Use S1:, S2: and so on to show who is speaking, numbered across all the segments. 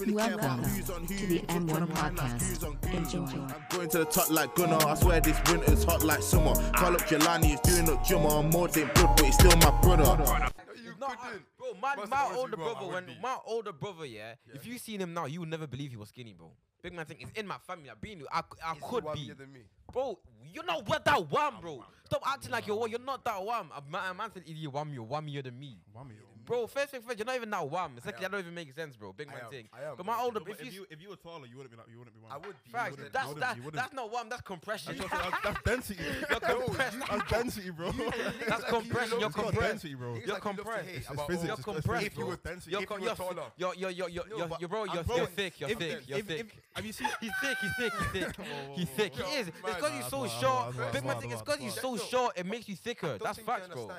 S1: Really care
S2: Welcome
S1: about who's on who,
S2: to the
S1: who's on
S2: M1
S1: mine, like
S2: podcast.
S1: who's on who.
S2: Enjoy.
S1: I'm going to the top like Gunnar. I swear this winter's hot like summer. Call up Jelani, he's doing up Jumma. I'm more than blood, but he's still my brother.
S3: You
S4: No, I-
S3: couldn't.
S4: bro. My,
S3: First
S4: my
S3: of all,
S4: older
S3: you were, I
S4: brother,
S3: would
S4: when
S3: be.
S4: my older brother, yeah, if you seen him now, you would never believe he was skinny, bro. Big man thing is in my family. I've been you. I, c- I
S3: He's
S4: could
S3: one
S4: be,
S3: year than me.
S4: bro. You're not what that one, bro. Stop acting like you're one. You're not that one. A man, a man said, "Idiot, one, you're one year than me." Bro, first thing first, you're not even that one. Secondly,
S3: am.
S4: that don't even make sense, bro. Big
S3: I
S4: man
S3: am.
S4: thing.
S3: I am,
S4: But my
S3: bro.
S4: older,
S5: No, but
S4: if you,
S5: if you were taller, you wouldn't be like you wouldn't be one.
S3: I would be.
S4: facts,
S3: wouldn't.
S4: that's
S5: wouldn't,
S4: that,
S5: you wouldn't.
S4: that's not one. That's compression.
S5: That's, what- that's, that's density.
S4: You're compressed.
S5: That's density, bro.
S4: That's
S3: like
S4: compression.
S3: you
S4: You're
S3: looked
S5: got
S4: compressed.
S5: density, bro.
S3: It's
S4: You're
S3: like you love to
S4: compressed.
S3: hate
S5: It's
S3: about
S5: physics,
S3: all-
S4: You're
S5: it's
S4: compressed,
S3: If you
S4: bro.
S3: were denser,
S4: You're
S3: if
S4: co-
S3: you were
S4: you're
S3: taller.
S4: You're you're you're you're
S3: No,
S4: you're,
S3: but
S4: you're bro. You're,
S3: I'm
S4: you're
S3: growing.
S4: thick. You're
S5: If-
S4: thick.
S5: if-
S4: You're
S5: if-
S4: thick.
S5: if- Have you seen?
S4: He's thick, he's thick, he's thick.
S5: whoa,
S4: he's
S5: whoa,
S4: thick.
S3: whoa.
S4: He is. It's
S3: Man,
S4: because you're
S5: nah,
S4: so
S5: nah, nah,
S4: short.
S5: nah,
S4: Big
S5: nah,
S4: man thing,
S5: nah,
S4: it's because you're so
S5: nah.
S4: short, it makes you thicker. That's facts, bro.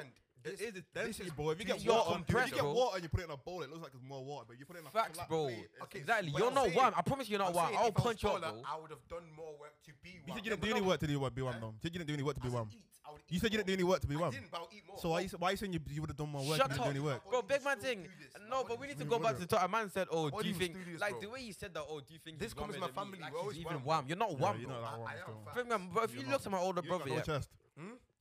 S5: It is it's
S3: This
S5: density,
S3: is
S5: bro. If you get
S4: you're
S5: water, if
S4: compressed,
S5: you get
S4: bro.
S5: water and you put it in a bowl, it looks like it's more water. But you put it in a
S4: Facts,
S5: flat
S4: bro.
S5: plate, it's-
S3: Okay,
S4: exactly.
S3: but
S4: You're
S3: I'm
S4: not
S3: saying-
S4: one. I promise you're not
S3: I'm
S4: one.
S3: saying
S4: I'll
S3: if I was
S4: punch you up,
S3: taller,
S4: bro.
S3: I would have done more work to be
S5: You
S3: one.
S5: said you didn't
S3: But
S5: do any
S3: no,
S5: work to do what be one, though. You said you didn't do any work to
S3: I
S5: be
S3: said
S5: one.
S3: eat, I would
S5: You
S3: eat
S5: said you didn't do
S3: more.
S5: any work to be
S3: I
S5: one.
S3: didn't, but I'll eat more.
S5: So why you why you saying you, you would have done more work?
S4: Shut
S5: if you didn't do
S4: up.
S5: any work.
S4: Bro,
S3: Why
S4: big man
S3: would you
S4: thing.
S3: do this?
S4: No,
S3: Why
S4: but
S3: would
S4: we
S3: you
S4: need to
S3: do
S4: go
S3: this?
S4: back to the top. A man said, oh, do
S3: Why
S4: you
S3: would you
S4: think,
S3: do this,
S4: like
S3: bro?
S4: the way you said that, oh, do you think he's
S3: This comes
S4: wham
S3: from
S4: than me?
S3: my family.
S4: Like,
S3: We're
S4: he's
S3: always
S4: even
S3: wham.
S4: wham. You're not
S5: Yeah,
S4: wham,
S5: you're
S4: bro.
S5: not that
S3: I-
S5: one,
S3: I am
S5: still.
S3: fat.
S4: Big man, but if
S5: You're
S4: you
S5: not
S4: look at my older
S5: You ain't
S4: brother,
S5: got no
S4: yeah,
S5: chest.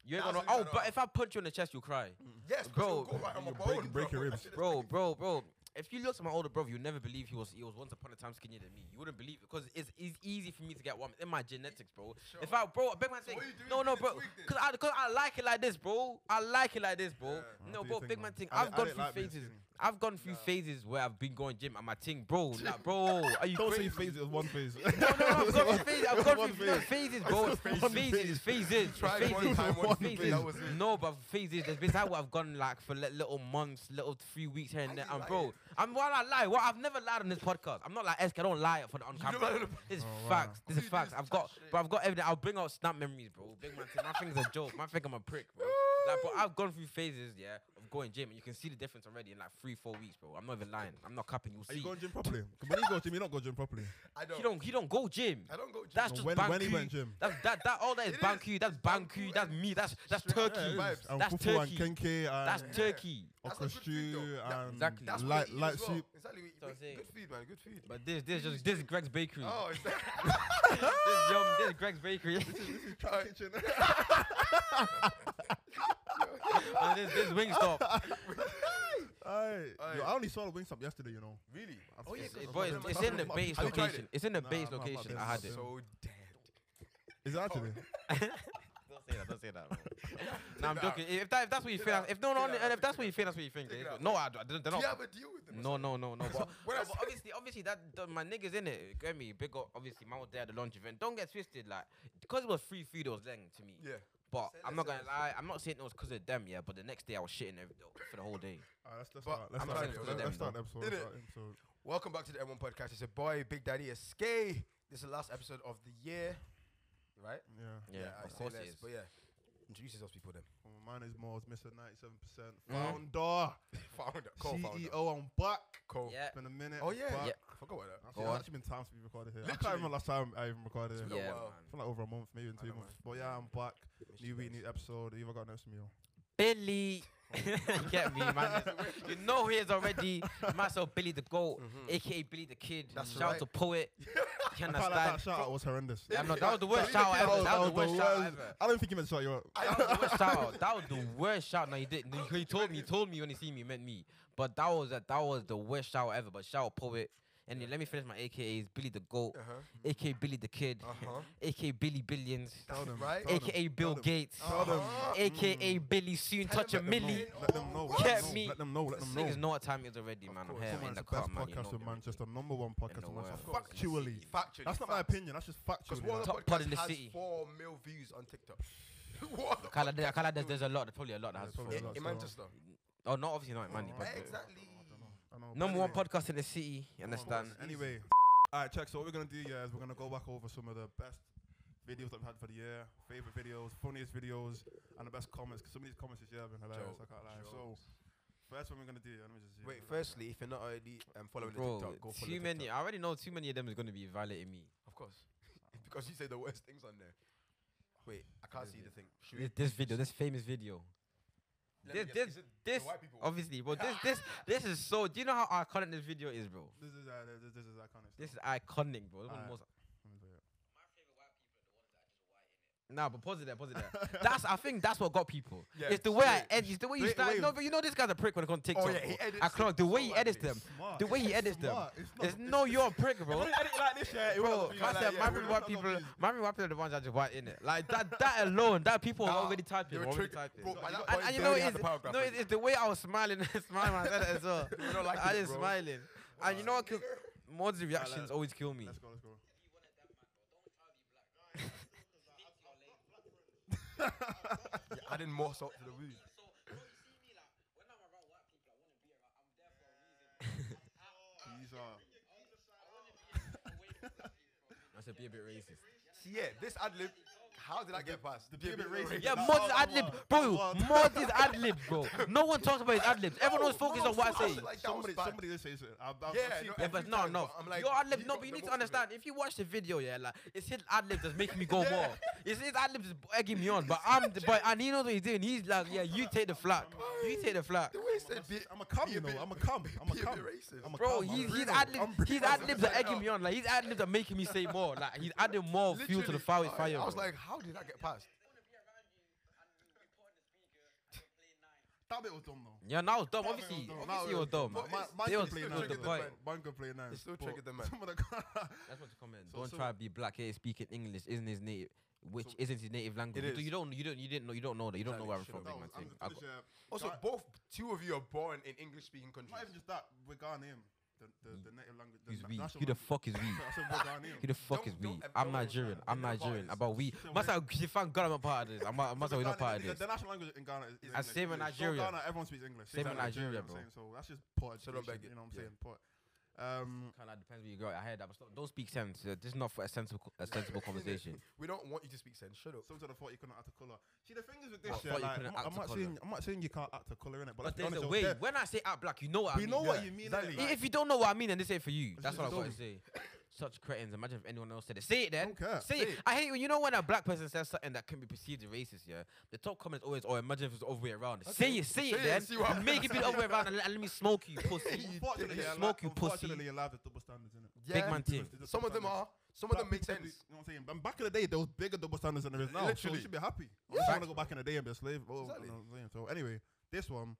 S4: you ain't
S3: Nah,
S4: gonna.
S3: so you
S4: Oh,
S3: got
S4: but
S3: no-
S4: if I punch you in the chest, you'll cry.
S3: Yes,
S4: Bro,
S3: bro. Go right on my
S5: you break-
S3: bone,
S5: break
S3: bro.
S5: your
S3: That
S5: ribs.
S3: shit is
S4: Bro,
S3: breaking-
S4: bro, bro. If you looked at my older brother, you'd never believe he was he was once upon a time skinnier than me. You wouldn't believe it because it's, it's easy for me to get one in my genetics, bro. If I bro, big man thing.
S3: what you doing
S4: No, no,
S3: during the
S4: bro.
S3: tweak then?
S4: Because I because I like it like this, bro. I like it like this, bro. No,
S5: do you
S4: bro,
S5: think,
S4: big
S5: man?
S4: man thing.
S5: I
S4: I've
S5: di- I
S4: gone
S5: didn't
S4: through
S5: like being
S4: phases.
S5: skinny.
S4: I've gone through phases where I've been going gym and my thing, bro. Like, bro, are you
S5: Don't say
S4: crazy?
S5: phase. It was one phase.
S4: No, no, no, I've gone through phases. I've gone
S5: One
S4: through no,
S5: phase.
S4: phases, bro. It's
S5: One phase.
S4: Phases, phases,
S3: Tried one
S4: phases.
S3: time, one
S4: phases.
S3: phase, that was it.
S4: No, but phases. There's been times where I've gone like for li- little months, little three weeks here and
S3: Why
S4: there.
S3: you
S4: And
S3: lying?
S4: bro, I'm while I lie, well, I've never lied on this podcast. I'm not like Esk. I don't lie for the on
S3: lie on
S4: camera. This is
S5: Oh, wow.
S4: facts. This is
S3: You
S4: facts.
S3: just
S4: I've got,
S3: touch it.
S4: but I've got evidence. I'll bring out snap memories, bro. Big man, thing. my thing's a joke. My thing, I'm a prick, bro. Like, bro, I've gone through phases, yeah, of going gym, and you can see the difference already in like three, four weeks, bro. I'm not even lying. I'm not capping. You'll
S5: Are
S4: see.
S5: you going gym properly? 'Cause When you go gym, you don't go gym properly.
S3: I
S4: he
S3: don't.
S4: don't. He don't go gym.
S3: I don't go. gym.
S4: That's
S5: No,
S4: just
S5: when-
S4: Banku.
S5: when he went gym.
S4: That's that that all that is
S3: It is.
S4: Banku. That's
S3: It's Banku
S4: Banku.
S3: and
S4: That's me. That's that's
S3: straight
S4: Turkey.
S3: vibes.
S4: That's,
S5: And Fufu and
S4: Turkey.
S5: Kenke
S4: that's
S5: and
S4: Turkey.
S3: That's
S5: okra
S3: a good food,
S5: stew
S3: though. Yeah,
S5: and
S4: exactly.
S3: That's what
S5: light
S3: they eat
S5: light
S3: as well.
S5: soup.
S3: Exactly. what you
S4: That's what I'm
S3: eat.
S4: saying.
S3: Good food, man. Good food.
S4: But this this just this is Greg's bakery.
S3: Oh, is that?
S4: This is yum. This is Greg's bakery.
S5: Kitchen.
S4: and this this Wingstop.
S5: Aye.
S3: Aye.
S5: Yo, I only saw the wingstop yesterday, you know.
S3: Really?
S5: Oh, yeah,
S4: It's,
S5: good.
S4: but
S5: Have
S4: it's,
S5: you
S4: it's
S5: tried
S4: in the
S5: it?
S4: base
S3: Have you tried
S4: location.
S3: it?
S4: It's in the
S5: Nah,
S4: base
S5: I'm not
S4: location.
S5: been
S4: I had it.
S5: to
S3: So damn. Oh.
S5: Is it actually?
S4: Don't say that. Don't say that. Bro. nah, I'm joking. If that if that's what you feel, if no no,
S3: Take it out.
S4: and if that's what you feel, that's what you think.
S3: Take it out.
S4: No, I, I didn't. they're
S3: Do
S4: not-
S3: you have a deal with them? or
S4: No, no, no, no. But,
S3: When I
S4: no, but obviously, obviously, that, that my niggas in it. Get me big up. Obviously, man was there at the lunch event. Don't get twisted, like because it was free food. It was leng to me.
S3: something? Yeah.
S4: But
S3: Say
S4: I'm
S3: less,
S4: not
S3: say
S4: gonna
S3: less.
S4: lie. I'm not saying it was because of them. Yeah. But the next day I was shitting every, for the whole day.
S5: Alright, let's, let's
S3: But
S5: start. Let's
S3: I'm
S5: start,
S3: trying to
S5: episode.
S3: do
S5: Let's
S4: them,
S5: start
S4: though.
S5: episode.
S3: Did it?
S5: Let's start episode.
S3: Welcome back to the M1 podcast. It's your boy Big Daddy SK. This is the last episode of the year, right?
S5: Yeah.
S4: Yeah.
S3: I
S4: of
S3: say
S4: course
S3: less,
S4: it is.
S3: But yeah, introduce yourself, people. Then
S5: Well, mine Oh, is Moz, Mr. 97%.
S4: Mhm.
S5: Founder,
S3: founder, Mm.
S4: E
S3: co-founder,
S5: CEO, I'm back.
S3: co.
S4: Yeah.
S5: It's been a minute.
S3: Oh yeah.
S5: back.
S4: Yeah.
S3: I forgot about that.
S4: Go
S5: Actually, it's
S4: on.
S5: actually been time since we recorded here. I
S3: Literally.
S5: can't remember last time I even recorded
S4: Yeah.
S3: been a
S5: here.
S4: man.
S3: while.
S5: For like over a month, maybe even two
S3: know,
S5: months.
S3: man.
S5: But yeah, I'm back.
S3: Miss you
S5: New week,
S3: guys.
S5: new episode. You ever got next to me? yo?
S4: Billy.
S3: Oh,
S4: you get me, man. you know he is already myself Billy the Goat, aka Billy the Kid.
S3: Mm-hmm. That's
S4: shout out
S3: right.
S4: to Poet. You
S5: I can't like that
S4: understand?
S5: shout out was horrendous.
S4: Yeah, no, that was the worst
S3: Billy
S4: shout
S3: the
S4: out
S3: Kid.
S4: ever.
S3: Oh,
S4: That was the
S5: that
S4: worst shout out ever.
S5: I don't think he meant to shout you out.
S4: That was the worst shout out. That was the worst shout. No, he did. not He told me. He told me when he see me. he Meant me. But that was that. That was the worst shout ever. But shout out poet. And then let me finish my AKAs. Billy the Goat,
S3: Uh-huh.
S4: AKA Billy the Kid,
S3: Uh-huh.
S4: AKA Billy Billions,
S5: Tell them.
S3: right.
S5: Tell them.
S4: AKA Bill
S5: them.
S4: Gates,
S5: Tell them.
S4: AKA
S5: Mm.
S4: Billy Soon
S3: Tell
S4: Touch a
S3: them let them
S4: Millie.
S3: know.
S5: Let them know.
S3: Get
S5: Let them know,
S4: me.
S5: Let them know. Let them know.
S4: Niggas know what time it is already, man. I'm
S3: course.
S4: here
S5: Come on,
S4: in
S5: it's
S4: the
S5: the
S4: car,
S5: best
S4: man. You know
S5: podcast
S4: me
S5: in
S4: already.
S5: Manchester, number one podcast
S4: the
S5: in
S3: world. Of
S5: Manchester.
S3: course.
S5: Factually,
S3: Factually.
S5: that's not my
S3: facts.
S5: opinion. That's just factually.
S3: Because one of the
S4: Top pod in the
S3: podcasts has
S4: city.
S3: four mil views on TikTok. what? the
S4: I can't,
S3: podcast
S4: I can't, there's,
S3: doing?
S4: there's a lot, probably a lot that
S5: Yeah,
S4: has.
S5: probably
S4: followers.
S5: a lot.
S3: in, in
S5: so-
S3: Manchester.
S4: Oh, not obviously not in Manny,
S5: Oh,
S4: but
S3: Right,
S5: okay.
S3: exactly.
S5: I know.
S4: number one
S5: Anyway.
S4: podcast in the city. You understand?
S5: Anyway, all right, check. So what we're gonna do, yeah, is we're gonna go back over some of the best videos that we've had for the year, favorite videos, funniest videos, and the best comments. 'cause some of these comments this year have been hilarious. I can't lie. So first one we're gonna do, yeah, let me just. see.
S3: Wait, firstly, if you're not already um, following
S4: Bro,
S3: the TikTok, go follow
S4: too
S3: the
S4: many.
S3: TikTok.
S4: I already know too many of them is going to be violating me.
S3: Of course. because you say the worst things on there. Wait, I can't see the thing. Should we-
S4: This, this video, this famous video.
S3: Let me
S4: This,
S3: guess,
S4: this,
S3: is it the
S4: this,
S3: white people?
S4: obviously, bro. This, this, this is so. Do you know how iconic this video is, bro?
S5: This is uh, this, this is iconic.
S4: This is
S5: stuff.
S4: iconic, bro. This one of the
S5: Alright.
S4: most.
S5: Let me play it.
S4: Nah, but pause it there, pause it there. that's, I think that's what got people.
S3: Yeah,
S4: it's the way I
S3: wait,
S4: edit, it's the way you
S5: wait,
S4: start.
S5: wait.
S4: No, but you know this guy's a prick when it comes to TikTok.
S3: Oh, yeah, he
S4: bro.
S3: edits
S4: I
S3: it
S4: clock the way
S3: so
S4: he
S3: like
S4: edits
S3: this.
S4: them.
S5: Smart.
S4: The way he
S5: It's
S4: edits them.
S5: smart. It's not-
S4: It's
S5: it's-
S4: no, you're a prick, bro.
S5: If we edit it like this, yeah, it would
S4: Bro,
S5: not be
S4: I
S5: like
S4: said
S5: that,
S4: my
S5: yeah,
S4: people,
S5: we're
S4: white
S5: not
S4: people,
S5: confused.
S4: my people, white people are the ones that just white in it. Like that, that alone, that people are
S3: Nah,
S4: already
S3: they
S4: typing,
S3: were
S4: already
S3: tricked,
S4: typing.
S3: bro, by
S5: Yeah.
S3: that
S5: And-
S3: point,
S4: And, and you
S3: they
S4: know, it's,
S3: already had the paragraph
S4: no,
S3: ready.
S4: it's, it's the way I was smiling, smiling when I said that as well.
S3: They don't like
S4: I
S3: it,
S4: just
S3: bro.
S4: smiling. And you know what? 'cause Mod's reactions
S5: let's-
S4: always kill me.
S5: Let's go, let's go.
S3: Yeah, adding more salt to the wound.
S5: These are.
S4: I said, be a bit racist.
S3: See, yeah, this ad lib, how did I get past? The
S5: a bit racist.
S4: Yeah,
S5: That's
S4: Mod's
S5: all
S4: ad
S5: the
S4: lib,
S5: world. The
S4: bro.
S5: world.
S4: Mod's is ad lib, bro. No one talks about his ad libs. Everyone's focused on what I say.
S3: Like, that was
S5: Somebody,
S3: bad.
S5: somebody did say something. I've, I've,
S3: Yeah,
S5: I've seen
S3: no,
S4: Yeah,
S5: it.
S3: every
S4: but no,
S3: time,
S4: no.
S3: but I'm like,
S4: your ad lib,
S3: you
S4: no,
S3: got
S4: but you
S3: the
S4: need to
S3: most of it.
S4: understand. If you watch the video, yeah, like it's his ad lib that's making me go more. It's his ad libs egging me on. But I'm, the, but and he knows what he's doing. He's like, yeah, you take the flak, you take the flak,
S3: The way he said, be-
S5: I'm a cum,
S3: be a
S5: you know.
S3: bit-
S5: I'm a cum. I'm a
S3: be a
S5: cum.
S3: bit racist.
S5: I'm a
S4: bro.
S5: cum, I'm
S4: He's
S5: a
S4: he's
S5: real.
S4: ad libs,
S3: I'm
S4: his
S3: real.
S4: ad libs are
S3: Like,
S4: egging
S3: no.
S4: me on. Like his ad libs are making me say more. Like he's adding more fuel to the
S3: literally,
S4: fire.
S3: I-
S4: Fire.
S3: I was
S4: bro.
S3: like, how did I get past?
S5: That bit was dumb, though.
S4: Yeah, now it's dumb.
S5: That bit
S4: Obviously,
S5: dumb. That
S4: obviously
S5: bit
S4: it was dumb.
S5: But
S3: man.
S5: it's-
S3: Man
S4: They was playing
S5: it's still triggered
S4: the
S5: the
S4: point.
S5: man. Man could play nice,
S3: It still
S5: but
S3: triggered the man.
S5: Some of the
S4: That's what to comment.
S5: So-
S4: don't
S5: so-
S4: try to be black here speaking English isn't his native, which
S5: So-
S4: isn't his native language.
S3: It
S4: You do-
S3: is.
S4: You don't, you don't, you didn't know, you don't know that. You don't know where I'm
S3: Exactly.
S4: from.
S5: That
S4: big man
S5: was- I'm
S4: thing.
S5: just
S4: I
S5: gonna
S4: got-
S5: say,
S3: Also,
S5: Guy-
S3: both two of you are born in English-speaking countries.
S5: Not even just that. We're Ghanaian. The, the, the native language. The
S4: Who's
S5: na-
S4: we?
S5: national
S4: Who the
S5: language.
S4: fuck is we?
S5: I said we're Ghanaian.
S4: Who the fuck
S3: Don't-
S4: is we?
S3: don't ever
S4: I'm
S3: know us,
S4: Nigerian.
S3: man.
S4: I'm
S5: We're not
S4: Nigerian.
S5: part of
S4: About we.
S5: So
S4: Must
S5: we're-
S4: have thank God I'm not part of this. I'm not- must have we're not
S5: Ghana-
S4: part
S5: the-
S4: of
S5: The
S4: this.
S5: national language in Ghana is, is
S4: And same in
S5: English. So
S4: Nigeria.
S5: Ghana, everyone speaks English.
S4: Same in Nigeria,
S5: I'm
S4: bro.
S5: saying, So that's just poor
S3: So don't
S5: education.
S3: beg it.
S5: You know what I'm
S3: Yeah.
S5: saying? Poor. Um,
S4: Kinda like depends where you go. I heard that, but stop- don't speak sense. Uh, This is not for a sensible, a sensible conversation.
S3: We don't want you to speak sense. Shut up.
S5: some sort of thought you couldn't act a color. See, the thing is with
S4: I
S5: this,
S4: thought
S5: yeah,
S4: you
S5: like, I'm,
S4: couldn't
S5: not-
S4: act
S5: I'm
S4: a
S5: not
S4: colour.
S5: saying I'm not saying you can't act a color in it,
S4: But
S5: but, let's
S4: there's
S5: be
S4: a
S5: honest,
S4: way.
S5: it was
S4: When I say out black, you know what
S5: We
S4: I mean.
S5: know what
S3: Yeah,
S5: you mean.
S3: exactly.
S5: innit?
S4: I-
S5: Like,
S4: If you don't know what I mean, then this ain't for you. That's
S5: just
S4: what I've got to
S5: dumb.
S4: say. Such cretins. Imagine if anyone else said it. Say it then.
S5: Don't care.
S4: Say,
S3: Say
S4: it.
S3: it.
S4: I hate when you know when a black person says something that can be perceived as racist. Yeah, the top comment is always, "Oh, imagine if it's the other way around." Say it. Say,
S3: Say
S4: it
S3: it,
S4: then.
S3: see what
S4: Make it be the other way around and let, let me smoke you, pussy.
S5: unfortunately,
S4: You
S5: yeah,
S4: smoke,
S5: like,
S4: you pussy.
S5: Unfortunately, alive with double standards in it.
S3: Yeah.
S4: Big man team.
S3: Some of them are. Some of them make sense.
S5: You know what I'm saying? And back in the day, there was bigger double standards than there is now. So
S3: Literally.
S5: we should be happy. I just
S3: Yeah.
S5: want to go back in the day and be a slave. Oh,
S3: Exactly.
S5: you know what I'm saying? So anyway, this one,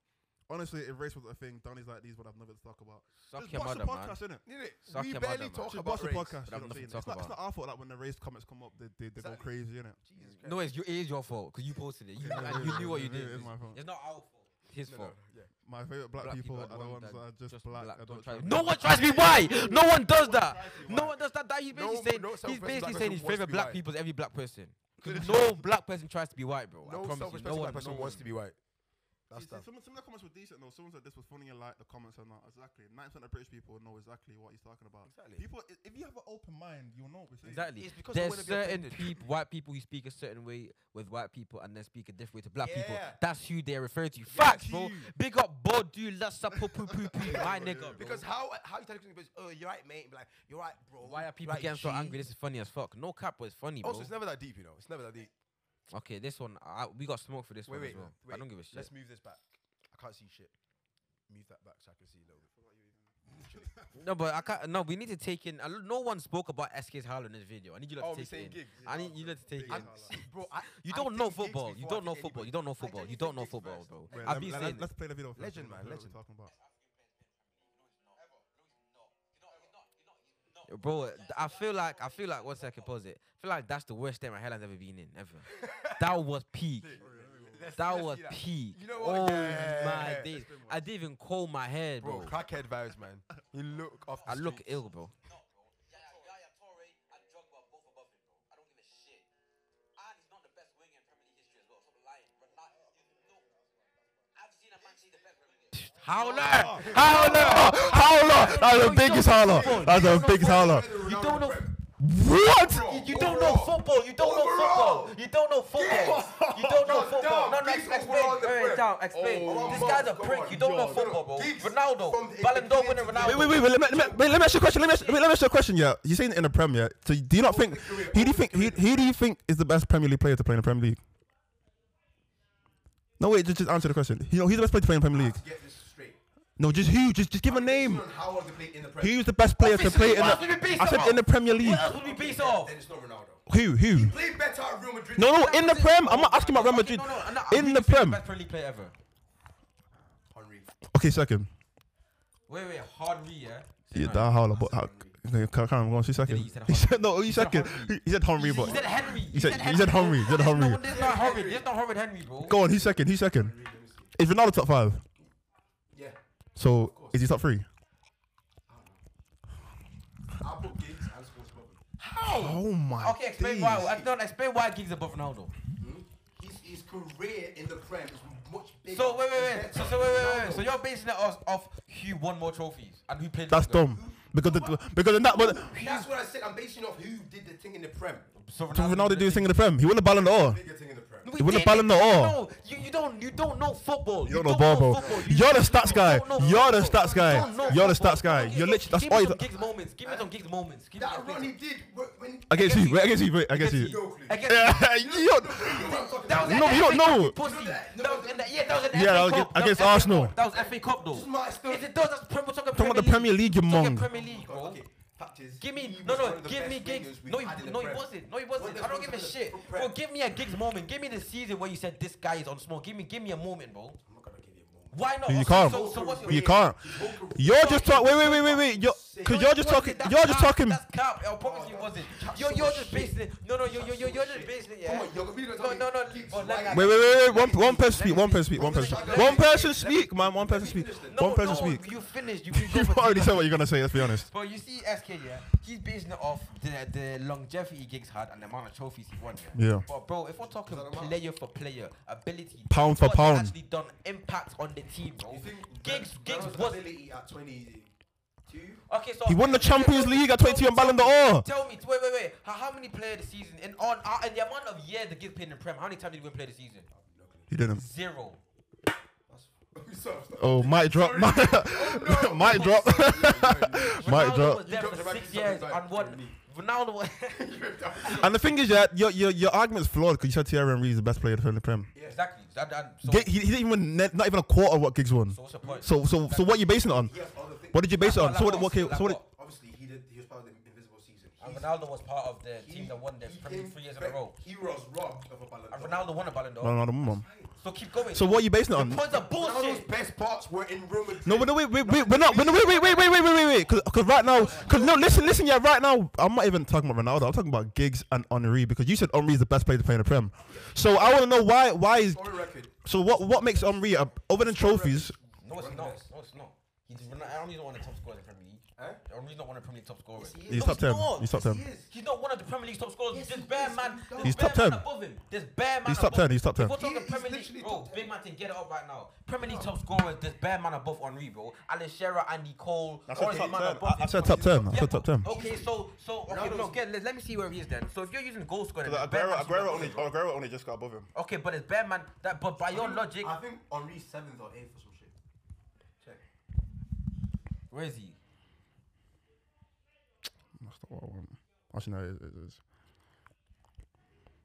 S5: honestly, if race was a thing, Donnie's like these would have nothing to talk about.
S4: Suck
S5: Just
S4: your
S5: bust
S4: mother,
S5: the
S4: man.
S5: podcast, innit?
S3: Innit?
S4: Suck
S3: we
S4: your
S3: barely
S4: mother, man.
S3: talk
S5: Just
S3: about
S5: bust the
S3: race.
S5: podcast.
S4: But
S5: You
S4: I've
S5: know what I'm
S4: nothing to
S5: saying? It's
S4: talk
S5: not, it's
S4: about.
S5: not our fault that when the race comments come up, they, they, they go
S3: Exactly.
S5: crazy, innit?
S3: Jesus Christ.
S4: No, it's your, it is your fault because you posted it. You,
S5: Yeah,
S4: and
S5: yeah,
S4: you knew what
S5: yeah,
S4: you
S5: yeah,
S4: did.
S5: it's my fault.
S4: It's not our fault. His
S3: No, no,
S4: fault.
S3: no, yeah.
S5: My favorite black, people, are the
S4: ones
S5: ones that are just, black. I don't try
S4: to-
S5: to-
S4: No one tries to be white. No one does that.
S5: tries to be
S4: No
S5: white.
S4: one does that. that he's
S3: No
S4: basically
S3: one-
S4: saying,
S3: no
S4: he's basically
S3: self-respecting
S4: saying
S3: black person
S4: his
S3: wants to
S4: favorite
S3: be
S4: black
S3: white.
S4: people is every black person. 'Cause No black person tries to be white, bro. I
S3: No
S4: promise you. No
S3: self-respecting
S4: one,
S3: black
S4: no
S3: person
S4: one.
S3: wants to be white. That's
S5: See, see,
S3: tough.
S5: some, some of the comments were decent though. Someone said this was funny and like the comments are not exactly. Nine percent of British people know exactly what he's talking about.
S3: Exactly.
S5: People, i- if you have an open mind, you'll know what we're saying.
S4: Exactly.
S3: It's because they
S4: There's
S3: wanna be
S4: certain
S3: offended.
S4: peop white people who speak a certain way with white people and then speak a different way to black people.
S3: Yeah.
S4: That's who they're referring to. Facts,
S5: Thank
S4: bro.
S5: you.
S4: Big up, bo, do, lassa, poo, poo, poo, poo, my
S5: Yeah,
S4: nigga.
S5: yeah.
S4: bro.
S3: Because how how you tell people, is, oh, you're right, mate. Be Like you're right, bro.
S4: why are
S3: You're
S4: people
S3: right,
S4: getting so
S3: G."
S4: angry? This is funny as fuck. No cap was funny, bro.
S3: Also, it's never that deep, you know. It's never that deep.
S4: Okay, this one I, we got smoke for this
S3: Wait,
S4: one
S3: wait,
S4: as well.
S3: wait.
S4: I don't give a shit.
S3: Let's move this back. I can't see shit. Move that back so I can see a little bit.
S4: No, but I can't. No, we need to take in. I l- no one spoke about SK's Harlow in this video. I need you lot
S3: Oh,
S4: to take
S3: we
S4: it
S3: saying
S4: in.
S3: gigs.
S4: I need you lot to take
S5: Big
S4: in.
S5: Harlow.
S3: bro, I,
S4: You
S3: I
S4: don't know
S3: think gigs
S4: football. You
S3: before
S4: don't
S3: I think
S4: know football.
S3: anybody.
S4: You don't know
S3: I
S4: football. You
S3: genuinely
S4: don't
S3: think
S4: know
S3: gigs
S4: football,
S3: first.
S4: bro.
S5: Wait,
S4: I've
S5: let-
S4: been
S5: let-
S4: saying.
S5: Let's play the video. first,
S3: Legend, man,
S5: let's see what
S3: legend.
S5: We're talking about.
S4: it. Bro, th- I feel like I feel like one second pause it. I feel like that's the worst thing my headline's ever been in ever. that was peak.
S3: Let's-
S4: That
S3: let's
S4: was
S3: see that.
S4: peak.
S3: You know what?
S4: oh my
S3: Yeah.
S4: days! I didn't even comb my hair,
S3: Bro,
S4: bro.
S3: crackhead vibes, man. You look off. The
S4: I look
S3: streets.
S4: ill, bro. Howler! Howler! Howler! That's the biggest howler! That's the biggest howler! You don't know. What? You don't know football. You don't know football. You don't know football. You don't know
S3: Yo,
S4: football.
S3: down,
S4: No, no,
S3: Giggs
S4: explain.
S3: overall the
S4: Wait, wait,
S3: prem.
S4: down, explain.
S3: Oh,
S4: this
S3: my
S4: guy's a
S3: God,
S4: prick. You don't know
S3: Jordan.
S4: football, bro.
S3: Giggs from
S4: Ronaldo.
S3: the
S4: Ballon d'Or winner
S3: beginning to the
S4: Ronaldo.
S5: Wait, wait, wait, let me, let, me, let me ask you a question. Let me, ask, let me ask you a question. Yeah, you're saying in the Premier. yeah. So do you not think who do you think who, who do you think is the best Premier League player to play in the Premier League? No, wait, just, just answer the question. You know, who's the best player to play in the Premier League?
S3: Let's get this straight.
S5: No, just who? Just just give a name.
S3: Leon Howard to play in the Premier
S5: Who's the best player to play in
S4: What else would we
S5: the?
S4: base
S5: I said
S4: on?
S5: in the Premier League.
S4: What else would we base off?
S3: Then it's not Ronaldo.
S5: Who? Who?
S3: Play better at Real Madrid.
S5: No, no, in the Prem. I'm not asking about Real Madrid.
S4: No, no, I'm not- I'm
S5: In
S4: really
S5: the
S4: saying
S5: Prem.
S4: Best friendly player ever.
S3: Henry.
S5: Okay, second.
S4: Wait, wait, hard me, yeah. Say
S5: Yeah,
S4: no.
S5: that howler, but how, no, can't, can't, go on, she's second.
S4: he said
S5: He
S4: Henry.
S5: said no, he's
S4: said
S5: second.
S4: Henry.
S5: He he said Henry,
S4: He
S5: but
S4: said Henry.
S5: he said he said Henry, he said Henry.
S4: No, there's not Horrid. There's not Horrid Henry, bro.
S5: Go on, he's second. He's second. Is Ronaldo top five?
S3: Yeah.
S5: So is he top three?
S3: I'll put Giggs and Sports Bubble.
S5: Oh my.
S4: Okay, explain
S5: days.
S4: why. No, explain why Giggs above Ronaldo.
S3: His, his career in the Prem is much bigger.
S4: So wait, wait,
S3: and
S4: wait.
S3: better
S4: So, so wait, wait,
S3: than
S4: wait. So
S3: Ronaldo.
S4: you're basing it off, off who won more trophies and who played.
S5: That's
S4: longer.
S5: dumb. Because the, because in that, but
S3: That's what I said. I'm basing off who did the thing in the Prem.
S4: So
S5: Ronaldo did
S4: did
S5: his thing in the Prem. He won the Ballon d'Or.
S3: Bigger thing in the Prem.
S4: We
S5: He won the
S4: did
S5: Ballon
S4: it.
S5: d'Or.
S4: No, you, you don't you don't know football.
S5: You don't know ball, bro.
S4: football. You
S5: You're the
S4: don't know-
S5: stats guy.
S4: you don't know
S5: You're the
S4: football.
S5: stats guy.
S4: You don't know
S5: You're the
S4: football.
S5: stats guy.
S4: Okay,
S5: You're
S4: look,
S5: literally- that's
S4: give
S5: all
S4: me
S5: you
S4: some
S5: th-
S4: Giggs moments. Give me some Giggs moments. Give me
S3: That
S4: some
S3: run he
S4: Giggs.
S3: did wh- when
S5: Against you, against you, against you.
S4: Against
S5: Yeah, you don't-
S4: That was
S5: No,
S4: an
S5: you don't
S4: FA Cup,
S5: know.
S4: you Pussy.
S3: No,
S4: That was in the, yeah, that was in the
S5: Yeah,
S4: FA
S5: that was
S4: Cup.
S5: against
S4: that was FA
S5: Arsenal.
S4: Cup. That was FA Cup though.
S3: Smart still.
S4: Yes, it does. That's Prem, we're talking
S5: Talking about the Premier League, you
S4: Talking
S5: mong.
S4: Premier League, bro.
S3: Okay, fact is,
S4: Give me
S3: he
S4: no
S3: was
S4: no
S3: one of the
S4: give
S3: best
S4: me gigs.
S3: wingers we've
S4: No, he,
S3: had in the
S4: no, he
S3: Prem.
S4: wasn't. No, he
S3: One
S4: wasn't.
S3: of
S4: I
S3: the
S4: don't give a
S3: best
S4: shit.
S3: wingers for
S4: Bro,
S3: Prem.
S4: give me a gigs moment. Give me the season where you said this guy is on smoke. Give me give me a moment, bro.
S3: I'm not gonna give you a moment.
S4: Why not?
S5: You
S4: Okay,
S5: can't.
S4: So, so what's your
S5: You
S4: wait,
S5: can't.
S3: Vocal-
S5: You're just talking. Wait, wait, wait, wait, wait. You're,
S4: no,
S5: cause
S4: it
S5: you're
S4: wasn't.
S5: just talking.
S4: That's
S5: You're just
S4: cap.
S5: talking.
S4: That's cap. I
S3: Oh,
S4: promise you wasn't. You're you're just basing it. No no you're you're you're you're just basing it.
S3: Come
S4: Yeah.
S3: on, you're gonna be the
S4: No no no.
S3: Giggs,
S4: but let me-
S3: why-
S5: Wait, wait, wait, wait. One, one person speak. One person speak. One person. Speak. One person speak, man. One person speak.
S4: No,
S5: One person
S4: no,
S5: speak.
S4: You finished. You can go
S5: You
S4: for two
S5: already
S4: minutes.
S5: said what you're gonna say. Let's be honest.
S4: But you see, SK, yeah, he's basing it off the, the longevity gigs had and the amount of trophies he won. Yeah.
S5: Yeah.
S4: But bro, if we're talking player for player, ability,
S5: Pound for
S4: what's
S5: pound.
S4: actually done impact on the team, bro.
S3: You think
S4: Gigs,
S3: Ronaldo's
S4: Gigs was
S3: ability at 22?
S4: okay. So
S5: He won the Champions
S4: tell me-
S5: League at
S4: tell
S5: 22
S4: me-
S5: and Ballon d'Or.
S4: Tell me, wait, wait, wait. How, how many players the season and on uh, and the amount of years the Gigs played in Prem? How many times did he win play the season?
S5: He didn't.
S4: Zero.
S3: Stop, stop.
S5: Oh, mic drop. Mic drop. Mic
S4: Ronaldo
S5: drop.
S4: was there
S3: dropped the
S4: for
S3: right
S4: six
S3: something
S4: years
S3: back
S4: and what?
S3: on me.
S4: Ronaldo. was-
S5: And the thing is that your your your argument's flawed because you said Thierry Henry is the best player in the Prem.
S4: exactly. That, that, so,
S5: Ga- He, he didn't even ne- not even a quarter of what Giggs won.
S4: so what's your point?
S5: So so so what are you basing it on?
S3: He has other things.
S5: What did you base it on?
S4: Like
S5: So what?
S4: what?
S5: Okay,
S4: Like
S5: so what?
S4: what?
S3: Obviously, he did. He was part of the invisible season.
S4: And
S3: He's-
S4: Ronaldo was part of the
S3: he-
S4: team that won the
S3: he
S4: Premier
S3: in
S4: League three years in a
S3: fact-
S4: row.
S3: He was robbed of a Ballon
S4: And
S3: d'Or.
S4: Ronaldo won a Ballon d'Or.
S5: Ronaldo, mum, mum.
S4: So keep going.
S5: So what are you basing it on?
S4: Points are
S3: Ronaldo's
S4: bullshit.
S3: best parts were in Real Madrid.
S5: No, but no, wait, wait, wait, we're not. Wait, no, wait, wait, wait, wait, wait, wait, wait, wait. Because right now, because no, listen, listen, yeah, right now, I'm not even talking about Ronaldo. I'm talking about Giggs and Henri because you said Henri is the best player to play in the Prem. So I want to know why, why is.
S3: Sorry, record.
S5: So what, what makes Henri a- other than trophies?
S4: No, it's not. No, it's not. He's Ronaldo's not one of the top scorers in the Premier League. Huh? Ronaldo's not one of the Premier League top scorers.
S5: He's top ten. He's top ten.
S3: He is.
S4: He's not one of the Premier League top scorers.
S3: Yes,
S4: There's
S3: he
S4: bare
S3: is.
S4: man.
S3: He's
S4: There's
S5: top
S4: bare
S5: 10.
S4: man above him. There's bare man.
S5: He's top
S4: above
S5: 10,
S4: him.
S5: he's top 10.
S4: If we're talking
S3: He is
S4: Premier League,
S3: literally
S4: bro,
S3: top 10.
S4: big man thing, get it up right now. Premier League top scorers. There's bare man above Henri, bro. Alan Shearer, Andy Cole. all these man above
S5: I
S4: him.
S5: said top ten. I
S4: Yeah,
S5: said top
S4: but-
S5: ten.
S4: Okay, so so okay, no, get, let, let me see where he is then. So if you're using goal scorer, then bare man should be above him.
S5: Aguero only just got above him.
S4: Okay, but it's bare man. That but by your logic,
S3: I think Henri's seventh or eighth or some shit. Check.
S4: where is he?
S5: That's not what I want. Actually, no, it- it is.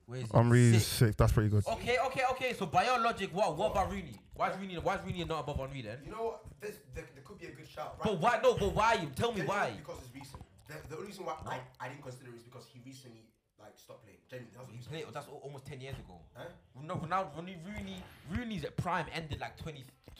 S4: Where is he?
S5: Henri is
S4: Six. Oh.
S5: sick. That's pretty good.
S4: Okay, okay, okay. So by your logic, what what about Rooney? Why is Rooney? Why is Rooney not above Henri then?
S3: You know what? This there, there could be a good shout. Right?
S4: But why? No, but why? You tell me
S3: Genuinely
S4: why.
S3: Because it's recent. The, the only reason why I, I didn't consider it is because he recently like stopped playing. Genuinely, that's what
S4: He
S3: he
S4: played. oh, That's al- almost ten years ago.
S3: Huh?
S4: No, now Rooney, Rooney, Rooney's prime ended like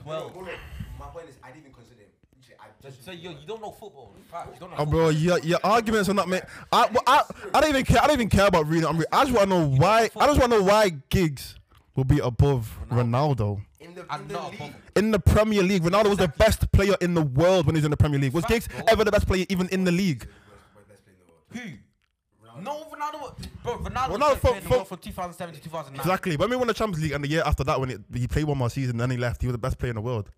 S3: Well,
S4: 2012.
S3: no, no, my point is I didn't even consider him. Literally, I just
S4: So yo, you don't know football. Fuck, you don't know.
S5: Oh,
S4: football.
S5: bro, your, your arguments are not made. I, well, I, I don't even care. I don't even care about Reno. I, mean, I just want to know why. I just want to know why gigs will be above Ronaldo
S3: in the
S4: I'm
S3: in the
S4: not
S3: league.
S4: above him.
S5: in the Premier League. Ronaldo was the best player in the world when he was in the Premier League. Was
S4: Fact,
S5: Giggs
S4: bro.
S5: ever the best player even in the league?
S3: Worst- best player in the world.
S4: Who? No, Ronaldo. Bro, Ronaldo.
S5: Ronaldo
S4: Ronaldo
S5: fo-
S4: played in the world
S5: fo-
S4: from 2007 to 2009.
S5: Exactly. When we won the Champions League and the year after that, when it, he played one more season and then he left, he was the best player in the world.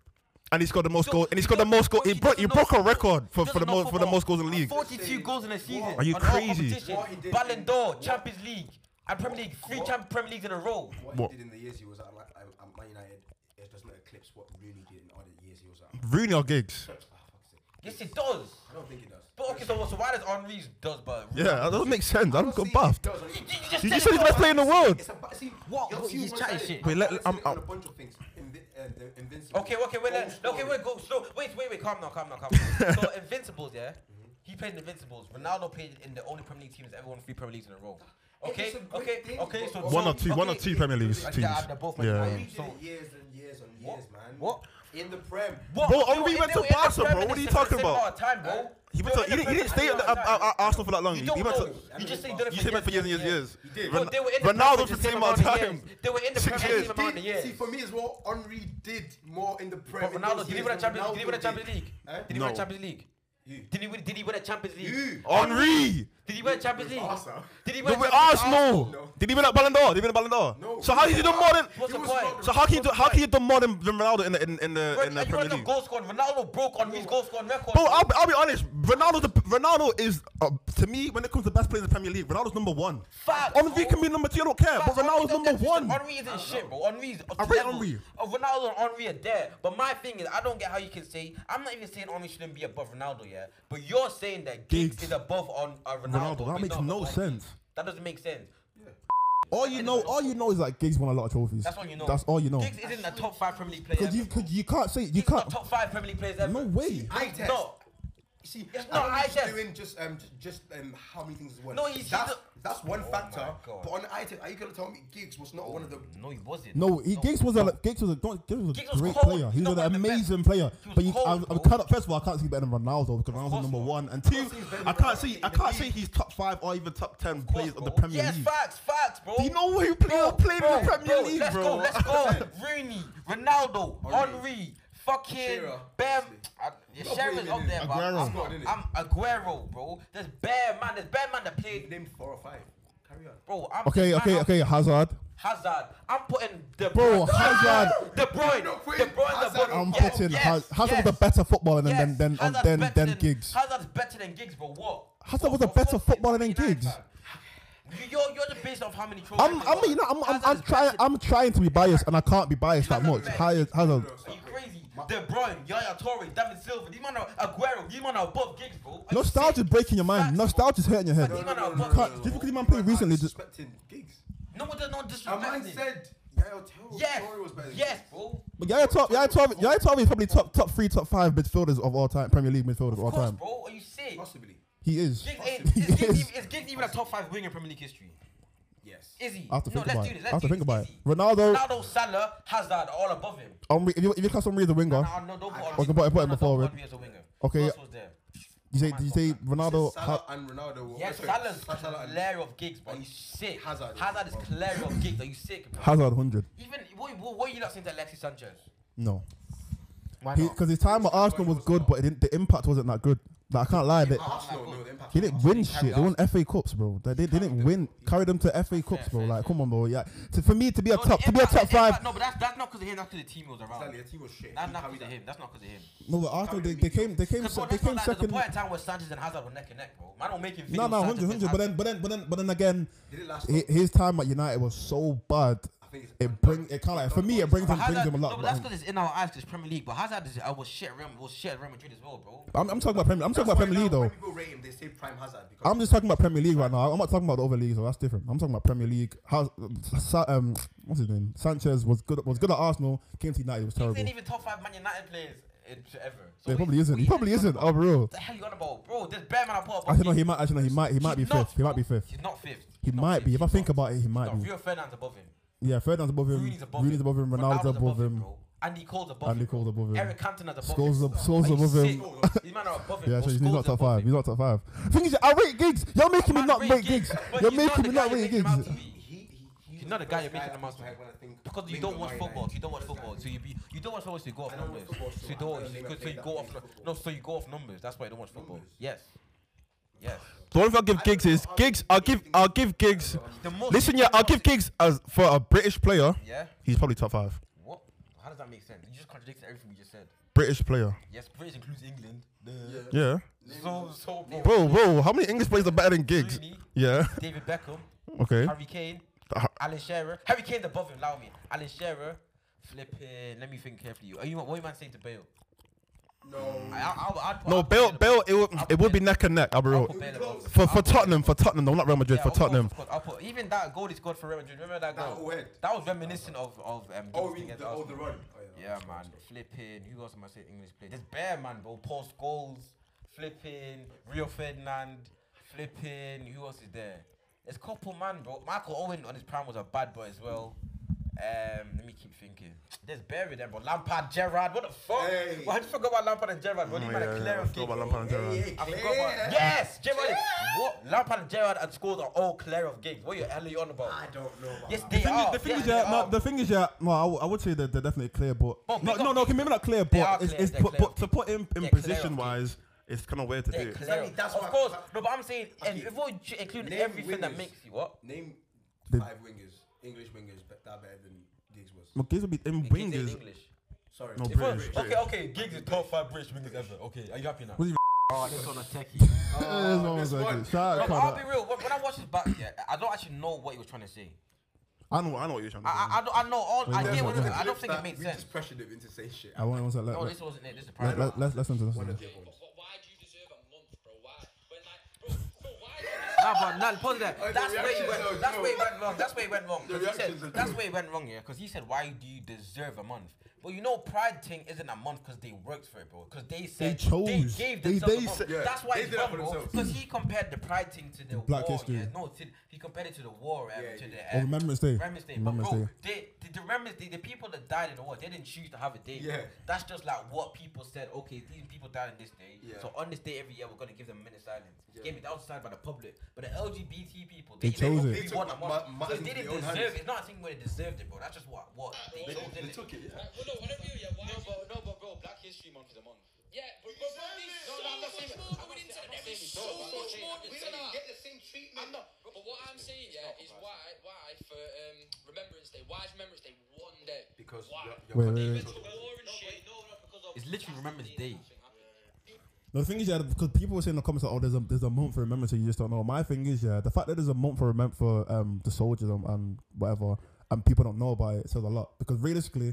S5: And he scored the most
S4: Yo,
S5: goals. And he scored the most goals. He,
S4: doesn't
S5: broke he
S4: know
S5: broke a
S4: football.
S5: record for,
S4: Doesn't
S5: for the
S4: know
S5: most for the
S4: football.
S5: most goals in the league.
S4: 42 goals in a season.
S5: Are you
S4: on all
S5: crazy?
S4: competitions.
S3: What he did
S4: Ballon
S3: in-
S4: d'Or,
S3: what-
S4: Champions League, and Premier League. Three
S3: What?
S4: champ- Premier Leagues in a row.
S3: What,
S5: What?
S3: he did in the years he was at like, um, um, Man United, it doesn't eclipse what Rooney did in other years he was at.
S5: Rooney or Giggs?
S3: Ah, fuck's sake.
S4: Yes, it does.
S3: I don't think it does.
S4: But okay, so, so why does Henri's does but
S5: Yeah, that doesn't make sense. I don't
S3: See,
S5: get buffed.
S3: it does.
S4: You, you just said
S5: You just
S4: it,
S5: said he's the best
S4: though.
S5: player in the world.
S3: It's about see what
S4: Yo,
S3: see,
S4: he's
S3: one
S4: chatting
S3: sided.
S4: shit.
S5: Wait, let-
S3: Balancing
S5: I'm-
S3: it
S5: I'm-
S3: on a bunch of things. Invi- uh, the Invincible.
S4: Okay, okay, wait, let,
S3: Old
S4: okay,
S3: story.
S4: wait, go slow. Wait, wait, wait, calm down, calm down, calm down. so Invincibles, yeah, he played in Invincibles. Ronaldo played in the only Premier League team that's ever won three Premier Leagues in a row. Okay,
S3: it's a great
S4: okay,
S3: thing,
S4: okay.
S3: but-
S4: So
S5: One
S4: so-
S5: or two, one or
S4: okay,
S5: two Premier League
S4: yeah,
S5: teams.
S4: they're both like
S5: Yeah.
S4: that.
S3: We did
S4: So-
S3: it years and years and
S4: What?
S3: years, man.
S4: What?
S3: In the Prem.
S4: What?
S5: Bro,
S4: They
S5: Henry
S4: were in-
S5: went
S4: they
S5: to
S4: were in the
S5: Barca,
S4: Prem
S5: bro.
S4: in
S5: What
S4: a
S5: are you
S4: similar-
S5: talking
S4: similar
S5: about?
S4: Time, bro.
S5: He
S4: They
S5: went
S4: were in the
S5: to, he, didn't- he
S4: Prem
S5: didn't
S4: for
S5: stay at,
S4: similar
S5: the, uh, at,
S4: time.
S5: at, at Arsenal for that long.
S4: You
S5: He
S4: don't
S5: went
S4: know.
S5: to,
S4: You just say he did it
S5: he stayed there for years and years and years.
S4: Bro, they were in the
S5: Ronaldo
S4: Premier
S5: for
S4: the
S5: the
S4: same
S5: same
S4: amount of
S5: amount of
S4: years.
S5: time.
S4: They were in the
S5: Six
S4: Premier League
S5: years.
S4: same amount of
S3: See,
S4: years.
S3: for me as well, Henri did more in the Prem.
S4: But
S3: in
S4: Ronaldo,
S3: those
S4: did he
S3: years
S4: win a
S3: than
S4: Champions League?
S3: Ronaldo
S4: Did he win a Champions League?
S3: Eh?
S4: Did he win a
S5: No.
S4: Champions League? Did he win, did he win a Champions League?
S3: You.
S5: Henri!
S4: Did he win a Champions League?
S3: Barca.
S4: Did he win
S5: No,
S4: a
S5: with
S4: Champions League?
S5: Arsenal!
S3: No.
S5: Did he win at Ballon d'Or? Did he win at Ballon d'or?
S3: No.
S5: So how did he do more than...
S4: What's the
S3: was
S4: point?
S3: not-
S5: So how can you do, how can you do more than, than Ronaldo in the, in, in the,
S4: Bro,
S5: in the
S4: you
S5: Premier
S4: want
S5: League?
S4: goal scoring. Ronaldo broke on his goal scoring record.
S5: Bro, I'll, be- I'll be honest. Ronaldo, the, Ronaldo is uh, to me when it comes to best players in the Premier League. Ronaldo's number one.
S4: Facts,
S5: Henry
S4: bro.
S5: can be number two. I don't care.
S4: Facts,
S5: but
S4: Henry
S5: Ronaldo's
S4: don't
S5: number
S4: get-
S5: one.
S4: Henry isn't shit, bro. Henry's up
S5: I
S4: to
S5: rate
S4: level.
S5: Henry.
S4: Uh, Ronaldo and Henry are there, but my thing is, I don't get how you can say. I'm not even saying Henry shouldn't be above Ronaldo, yeah. But you're saying that Giggs,
S5: Giggs.
S4: is above on uh, Ronaldo.
S5: Ronaldo, that
S4: but
S5: makes
S4: not
S5: no
S4: above
S5: sense.
S4: Henry. That doesn't make sense.
S2: All you know, all you know is like Giggs won a lot of trophies.
S4: That's all you know.
S2: That's all you know.
S4: Giggs isn't a top five Premier League player.
S2: Because you,
S4: ever,
S2: could,
S4: bro.
S2: you can't say you
S4: He's not
S2: can't.
S4: top five Premier League players ever.
S2: No way.
S3: Eye test.
S4: No.
S3: See,
S4: It's
S3: it's
S4: not
S3: not
S4: eye
S3: just
S4: test.
S3: doing just um j- just um how many things as well.
S4: No, he's- he
S3: that's,
S4: do-
S3: that's one
S4: Oh my
S3: factor.
S4: God.
S3: But on eye test, are you gonna tell me Giggs was not one of the?
S4: No, he wasn't.
S2: No, he, Giggs was a Giggs was a don't- Giggs was a
S4: Giggs was
S2: great
S4: cold.
S2: player.
S4: He's
S2: He was
S4: not
S2: an
S4: one of the best.
S2: amazing player.
S4: He was
S2: But you,
S4: cold,
S2: I, I
S4: bro.
S2: cut up. First of all, I can't see better than Ronaldo because Ronaldo's
S4: course
S2: number
S4: not.
S2: one, and two,
S3: he's better
S5: I
S3: than
S5: can't
S3: Ronaldo
S5: see.
S3: in
S5: I
S3: the
S5: can't say
S3: league.
S5: he's top five or even top ten
S4: Of course,
S5: players of the
S4: bro.
S5: Premier
S4: yes,
S5: League.
S4: facts, facts, bro.
S5: Do you know who played
S4: Bro,
S5: played in the
S4: bro,
S5: Premier
S4: bro,
S5: League,
S4: let's
S5: bro?
S4: Go, let's go. Rooney, Ronaldo,
S3: Henry.
S4: Henry, fucking
S3: Shearer,
S4: Bam. Uh,
S3: obviously.
S4: Yeah,
S3: Not
S4: Shearer's
S3: putting
S4: up
S3: him
S4: there,
S3: in.
S4: but
S2: Aguero.
S4: I'm,
S3: Not in it.
S4: I'm Aguero, bro. There's bare man. There's bare man that
S3: He
S4: played.
S3: named four or five. Carry on.
S4: Bro, I'm
S2: Okay,
S4: man,
S2: okay,
S4: I'm
S2: okay. Hazard.
S4: Hazard. I'm putting the
S2: Bro, Hazard.
S4: De Bruyne,
S3: You're not
S4: De
S3: putting
S4: Bruyne, the
S3: Hazard
S4: bottom.
S2: I'm
S3: on
S4: yes,
S2: putting
S4: yes,
S2: Haz- Hazard
S4: yes,
S2: was a better footballer than
S4: yes.
S2: than than um,
S4: Hazard's
S2: than
S4: better
S2: than
S4: than-
S2: Giggs.
S4: Hazard's better than Giggs, bro. What?
S2: Hazard
S4: What
S2: was a
S4: the
S2: better
S4: fuck is
S2: footballer than
S4: 39
S2: Giggs.
S4: fan? You- You're you're just based off how many trophies.
S2: I'm, I
S4: they've
S2: mean, you know,
S4: won.
S2: I'm, I'm,
S4: Hazard
S2: I'm
S4: is
S2: trying,
S4: better
S2: I'm trying to be biased, and I can't be biased that much. Hazard, Hazard.
S4: Are you crazy? De Bruyne, Yaya Torre, David Silva, these man are Aguero, these man are above gigs, bro. Are you
S2: Nostalgia's
S4: sick?
S2: breaking your mind.
S4: Facts,
S2: Nostalgia's hurting your head.
S4: But these man are
S3: no, no,
S4: above
S3: no,
S2: Can't-
S4: gigs,
S2: Just
S4: bro.
S2: because the man played recently, just
S3: Expecting Giggs.
S4: No one does not
S3: And I
S4: disrespect him.
S3: said Yaya Torre
S4: Yes,
S3: Torre was better. than
S4: yes,
S3: Giggs.
S4: bro.
S2: But Yaya Top, Yaya Top, Yaya Top is probably top top three, top five midfielders of all time, Premier League midfielders of all
S4: Of course,
S2: time.
S4: bro. Are you sick?
S3: possibly.
S2: He is.
S4: Giggs
S2: He
S4: ain't. Is Giggs
S2: is.
S4: even- is Giggs even a top five winger in Premier League history?
S3: Yes.
S4: Is he?
S2: I have to
S4: no,
S2: think
S4: let's
S2: about
S4: do
S2: it.
S4: this.
S2: I
S4: Let's
S2: have to
S4: do
S2: think
S4: this.
S2: about
S4: Is
S2: it.
S4: he?
S2: Ronaldo,
S4: Henry, Salah, Hazard, are all above him.
S2: Omri, if you if you cast Omri as a winger,
S4: No, no, don't put Henry-
S2: Okay, but I put him
S4: no, no,
S2: a forward.
S4: don't put Henry as a winger.
S2: Okay.
S4: Who else was there?
S2: you say you say Ronaldo.
S3: Salah
S2: Ha-
S3: and Ronaldo. Were,
S4: Yes,
S3: sorry,
S4: Salah's
S3: Salah and
S4: clear of gigs, bro. Are you sick?
S3: Hazard is-
S4: Hazard is clear of gigs. Are you sick, bro?
S2: Hazard hundred.
S4: Even what, what, what are you not saying to Alexis Sanchez?
S2: No,
S4: Why
S2: because his time at Arsenal was good, but it didn't, the impact wasn't that good. Like, I can't lie, they,
S3: Arsenal. No, the impact.
S2: they didn't win shit. They won FA Cups, bro. They, they, they didn't win. Carry them to FA Cups, bro. Like, come on, bro. Yeah, to, for me to be a top to be a top five.
S4: No, but that's that's not because of him. That's because the team he was around.
S3: Exactly, the team was shit.
S4: That's
S3: He
S4: not
S3: carried
S4: because of
S3: that.
S4: him. That's not because of him.
S2: No, but Arsenal they, they came they came
S4: Because
S2: se- they came
S4: like, there's a
S2: second.
S4: point in time where Sanchez and Hazard were neck and neck, bro. Man, don't make him.
S2: No, no, hundred, hundred. But then, but then, but then, but then again,
S3: He did last
S2: hi-
S3: time.
S2: his time at United was so bad.
S3: I think it's-
S2: It bring it kind of like, for me it brings him brings him a lot.
S4: No, but that's because it's in our eyes. 'cause It's Premier League. But Hazard is, I was shit. at Real- Was shit at Real Madrid as well, bro.
S2: I'm, I'm talking about Premier. I'm
S3: That's
S2: talking about
S3: why
S2: Premier
S3: now
S2: League though.
S3: When people rate him, they say prime Hazard because
S2: I'm just talking about Premier League right now. I'm not talking about the other leagues, so that's different. I'm talking about Premier League. How Sa- um, what's his name? Sanchez was good. Was good at Arsenal. Came to United. Was
S4: He's
S2: terrible.
S4: ain't even top five Man United players in- ever. So
S2: He
S4: what-
S2: probably
S4: what
S2: isn't. He
S4: you
S2: probably
S4: talking
S2: isn't.
S4: about?
S2: Oh, bro.
S4: What the hell you on about, bro? There's bare man I put up.
S2: Actually, no. He might. Actually, no. He might. He might be fifth. He might be fifth.
S4: He's not fifth.
S2: He
S4: He's not
S2: might
S4: fifth.
S2: be. If I
S4: He's
S2: think
S4: not.
S2: about it, he might
S4: No,
S2: be.
S4: Rio Ferdinand's above him.
S2: Yeah, Ferdinand's above him.
S4: Rooney's above him.
S2: Mm. above him. Ronaldo's above him.
S4: bro. Andy Cole's above
S2: Andy
S4: him. bro.
S2: Cole's above him.
S4: Eric Cantona's above
S2: Scholes
S4: him.
S2: ab- Scholes
S4: Are you
S2: above him.
S4: sick? These men are above him.
S2: Yeah,
S4: bro.
S2: so he's he's
S4: Scholes
S2: not top
S4: above
S2: five.
S4: him.
S2: He's not top five. Thing is, I rate gigs. You're making me
S4: Man,
S2: not
S4: rate
S2: rate gigs.
S4: but
S2: You're
S4: he's not
S2: making
S4: the
S2: me
S4: guy
S2: not
S4: you're
S2: rate
S4: making him out
S2: gigs.
S4: to be.
S3: he, he,
S4: He's not the guy you're making him out to.
S3: When I think
S4: Because you
S3: Mingo
S4: don't watch
S3: Marinade.
S4: football, you don't watch football, so you be you don't watch football, so you go off
S3: I don't
S4: numbers.
S3: watch football,
S4: So
S3: so
S4: you don't
S3: I
S4: watch,
S3: don't even
S4: because- so
S3: play
S4: you
S3: that
S4: go off
S3: game of
S4: no, so you go off numbers. That's why you don't watch football.
S3: Numbers?
S4: Yes, yes.
S5: The only thing I'll give Giggs is Giggs. I'll give I'll give Giggs.
S4: The most-
S5: Listen, yeah, I'll give Giggs as for a British player.
S4: Yeah.
S5: He's probably top five.
S4: What? How does that make sense? You just contradicted everything you just said.
S5: British player.
S4: Yes, British includes England.
S5: Yeah.
S4: So so bro.
S5: Bro, bro, how many English players are better than Giggs?
S4: Rooney,
S5: Yeah.
S4: David Beckham.
S5: Okay.
S4: Harry Kane,
S5: Uh,
S4: Alan Shearer. Harry Kane's above him. Allow me. Alan Shearer, flipping. Let me think carefully. Are you what are you man saying to Bale?
S3: No.
S4: I, I, I'd put,
S5: No,
S4: I'd put
S5: Bale,
S4: Bale-
S5: Bale, it would, it would be neck and neck. I'll be
S4: I'll
S5: real.
S4: put Bale above.
S5: For for Tottenham, for Tottenham, though, not Real Madrid,
S4: Yeah,
S5: for
S4: of course,
S5: Tottenham.
S4: of course. I'll put, even that goal he scored for Real Madrid. Remember that
S3: That
S4: goal?
S3: went.
S4: That was reminiscent of of um.
S3: Oh,
S4: Giggs
S3: we,
S4: against
S3: the, oh,
S4: Arsenal.
S3: the run. Oh,
S4: Yeah, man. Flipping. Who else am I saying English play? There's bear man, bro. Post goals. Flipping. Rio Ferdinand. Flipping. Who else is there? There's a couple man, bro. Michael Owen on his prime was a bad boy as well. Um, let me keep thinking. There's bear them, bro. Lampard, Gerrard. What the fuck?
S3: Hey.
S4: Why did you forget about Lampard and Gerrard? Bro,
S2: Oh,
S4: these man are clear and
S5: Go
S4: kick,
S5: about
S4: bro.
S5: Lampard and Gerrard.
S3: yeah.
S4: I forgot about yes, Gerrard. What Lampard and Gerrard and scores are all clear of gigs. What the hell are you on about?
S3: I don't know. About
S4: yes,
S3: that.
S4: they
S2: thing is-
S4: are.
S2: the thing
S4: Yes,
S2: is,
S4: they
S2: yeah, no,
S4: are.
S2: the thing is, yeah, no, I, w- I would say that they're definitely clear, but,
S4: But
S2: no,
S4: because-
S2: no, no, okay, maybe not clear,
S4: They are
S2: but it's,
S4: clear,
S2: it's,
S4: they're
S2: but,
S4: clear.
S2: but to put him in
S4: They're clear,
S2: position
S4: okay.
S5: wise, it's kind of weird to
S4: They're
S5: do.
S4: clear.
S3: Exactly, that's
S4: of
S3: why-
S4: course. No, but I'm saying, and
S3: Okay.
S4: if we include
S3: Name
S4: everything that
S3: wingers.
S4: makes you what?
S3: Name
S2: The-
S3: five wingers, English wingers, but that better than Giggs was.
S2: McGiz would be in
S4: It keeps it in
S2: wingers.
S4: English.
S3: Sorry.
S5: No,
S3: If-
S5: British,
S4: Well,
S5: British.
S4: Okay, okay. Gigs is top five British wingers ever. Okay, are you happy now?
S2: Was he-
S4: Oh, this on a techie.
S2: There's
S4: Uh,
S2: one
S3: this
S2: second.
S3: one.
S2: Shout out
S4: Bro, I'll be
S2: Carter.
S4: real. When when I watched his back, yeah, I don't actually know what he was trying to say.
S5: I know, I know what you're trying to
S4: I, I, I, don't, I know all. I,
S2: that's
S4: get
S2: what
S4: what
S2: it
S4: it
S2: is.
S4: was. I don't
S3: Clips
S4: think it
S3: that
S4: made
S3: we
S4: sense.
S3: just pressured him into saying shit.
S2: I want to let,
S4: No,
S2: let,
S4: this wasn't it. This is the
S2: let,
S4: prime.
S2: let, let's listen to this.
S3: One
S2: One.
S3: of their points.
S6: But why do you deserve a month, bro? Why? When like, bro, bro, why?
S4: Nah, but nah, pause that.
S3: Oh, the
S4: That's where he
S3: reactions
S4: went.
S3: are
S4: That's where he
S3: dope.
S4: went wrong. That's where he went wrong. 'Cause he said,
S3: reactions are
S4: that's
S3: dope.
S4: where he went wrong, yeah. Because he said, "Why do you deserve a month?" But you know, Pride thing isn't a month because they worked for it, bro. Because they said
S2: chose.
S4: gave
S2: They-
S4: themselves
S2: they
S4: a month.
S2: said-
S3: Yeah,
S4: That's why
S3: they
S4: it's
S3: did that
S4: wrong,
S3: for
S4: bro.
S3: themselves.
S4: Because he compared the Pride thing to the
S2: Black
S4: war.
S2: history.
S4: Yeah, no, to, he compared it to the war. Um,
S3: Yeah,
S4: to
S3: yeah.
S4: the
S2: Oh,
S4: um,
S2: Remembrance Day.
S4: Remembrance Day. But
S2: Remembrance
S4: bro,
S2: Day.
S4: they, the, the Remembrance Day, the people that died in the war, they didn't choose to have a day. bro.
S3: Yeah.
S4: That's just like what people said. Okay, these people died on this day.
S3: Yeah.
S4: So on this day every year, we're gonna give them a minute silence.
S3: Yeah.
S4: Get me? That was decided by the public, but the LGBT people
S2: They chose
S4: they
S2: it.
S4: they want a
S3: They took
S4: month.
S3: ma- ma-
S4: so they
S3: into
S4: didn't
S3: their own
S4: deserve
S3: hands.
S4: it. It's not a thing where they deserved it, bro. That's just what what they,
S3: They,
S4: chose.
S3: they
S4: innit?
S3: took it. Yeah.
S6: Well, no, whatever you, yeah, why?
S7: No,
S6: do you-
S7: but no, but bro, Black History Month is a month.
S6: yeah, but but bro, there's so
S7: No, no, I'm not
S6: much
S7: saying-
S6: more going
S7: I'm not
S6: into it.
S7: saying- I'm not
S6: There's
S7: saying
S6: so
S7: it's not.
S6: much more
S7: We
S6: than
S7: don't
S6: that.
S7: get the same treatment. I'm not. But what I'm saying, yeah, is why, why for um, Remembrance Day? Why is Remembrance Day one day?
S3: Because
S7: why?
S3: you're-
S7: They
S3: you're
S2: Wait, wait,
S7: went
S2: wait.
S7: to war and shit. No, no, because of
S4: It's literally Remembrance Day.
S2: The thing is, yeah, because people were saying in the comments that oh, there's a there's a month for remembrance, so you just don't know. My thing is, yeah, the fact that there's a month for remember for um the soldiers and, and whatever, and people don't know about it says a lot. Because realistically,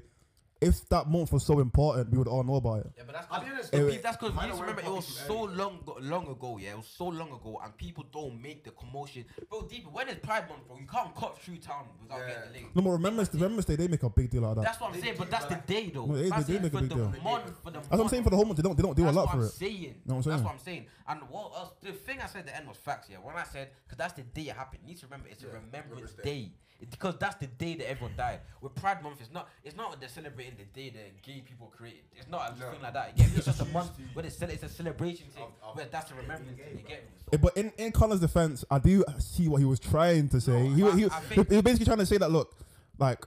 S2: if that month was so important, we would all know about it.
S4: Yeah, but that's
S3: I'll
S4: cause,
S3: be honest,
S4: the
S3: though,
S4: peop- that's because
S3: mine
S4: you need
S3: are
S4: to
S3: wearing
S4: remember it was
S3: fucking
S4: so long go- long ago, yeah. It was so long ago and people don't make the commotion. Bro, deep when is Pride Month, bro? You can't cut through town without
S3: Yeah.
S4: getting linked.
S2: No, but remembrance, remembrance day, they make a big deal out of that.
S4: That's what I'm saying, but that's the day though.
S2: No, they- they
S4: That's
S2: do
S4: it
S2: make a
S4: for
S2: big
S4: the
S2: deal.
S4: month, for the
S2: That's what I'm saying for the whole month. They don't they don't do a
S4: That's
S2: lot
S4: what I'm
S2: for it.
S4: saying.
S2: Know what I'm
S4: That's
S2: saying?
S4: what I'm saying. And what else? The thing I said at the end was facts. Yeah, when I said because that's the day it happened. You need to remember it's a remembrance
S3: Remembrance
S4: day.
S3: Day.
S4: It's because that's the day that everyone died. With Pride Month, it's not. It's not they're celebrating the day that gay people created. It's not a
S3: No.
S4: thing like that. Yeah, it's just a month where it's, cele- it's a celebration thing.
S3: Of- of
S4: where that's a remembrance
S3: gay,
S4: thing. You
S3: bro.
S4: get me? So,
S2: Eh, But in, in Connor's defense, I do see what he was trying to say. he, wa-
S4: I-
S2: he,
S4: I
S2: he,
S4: think-
S2: was basically trying to say that look, like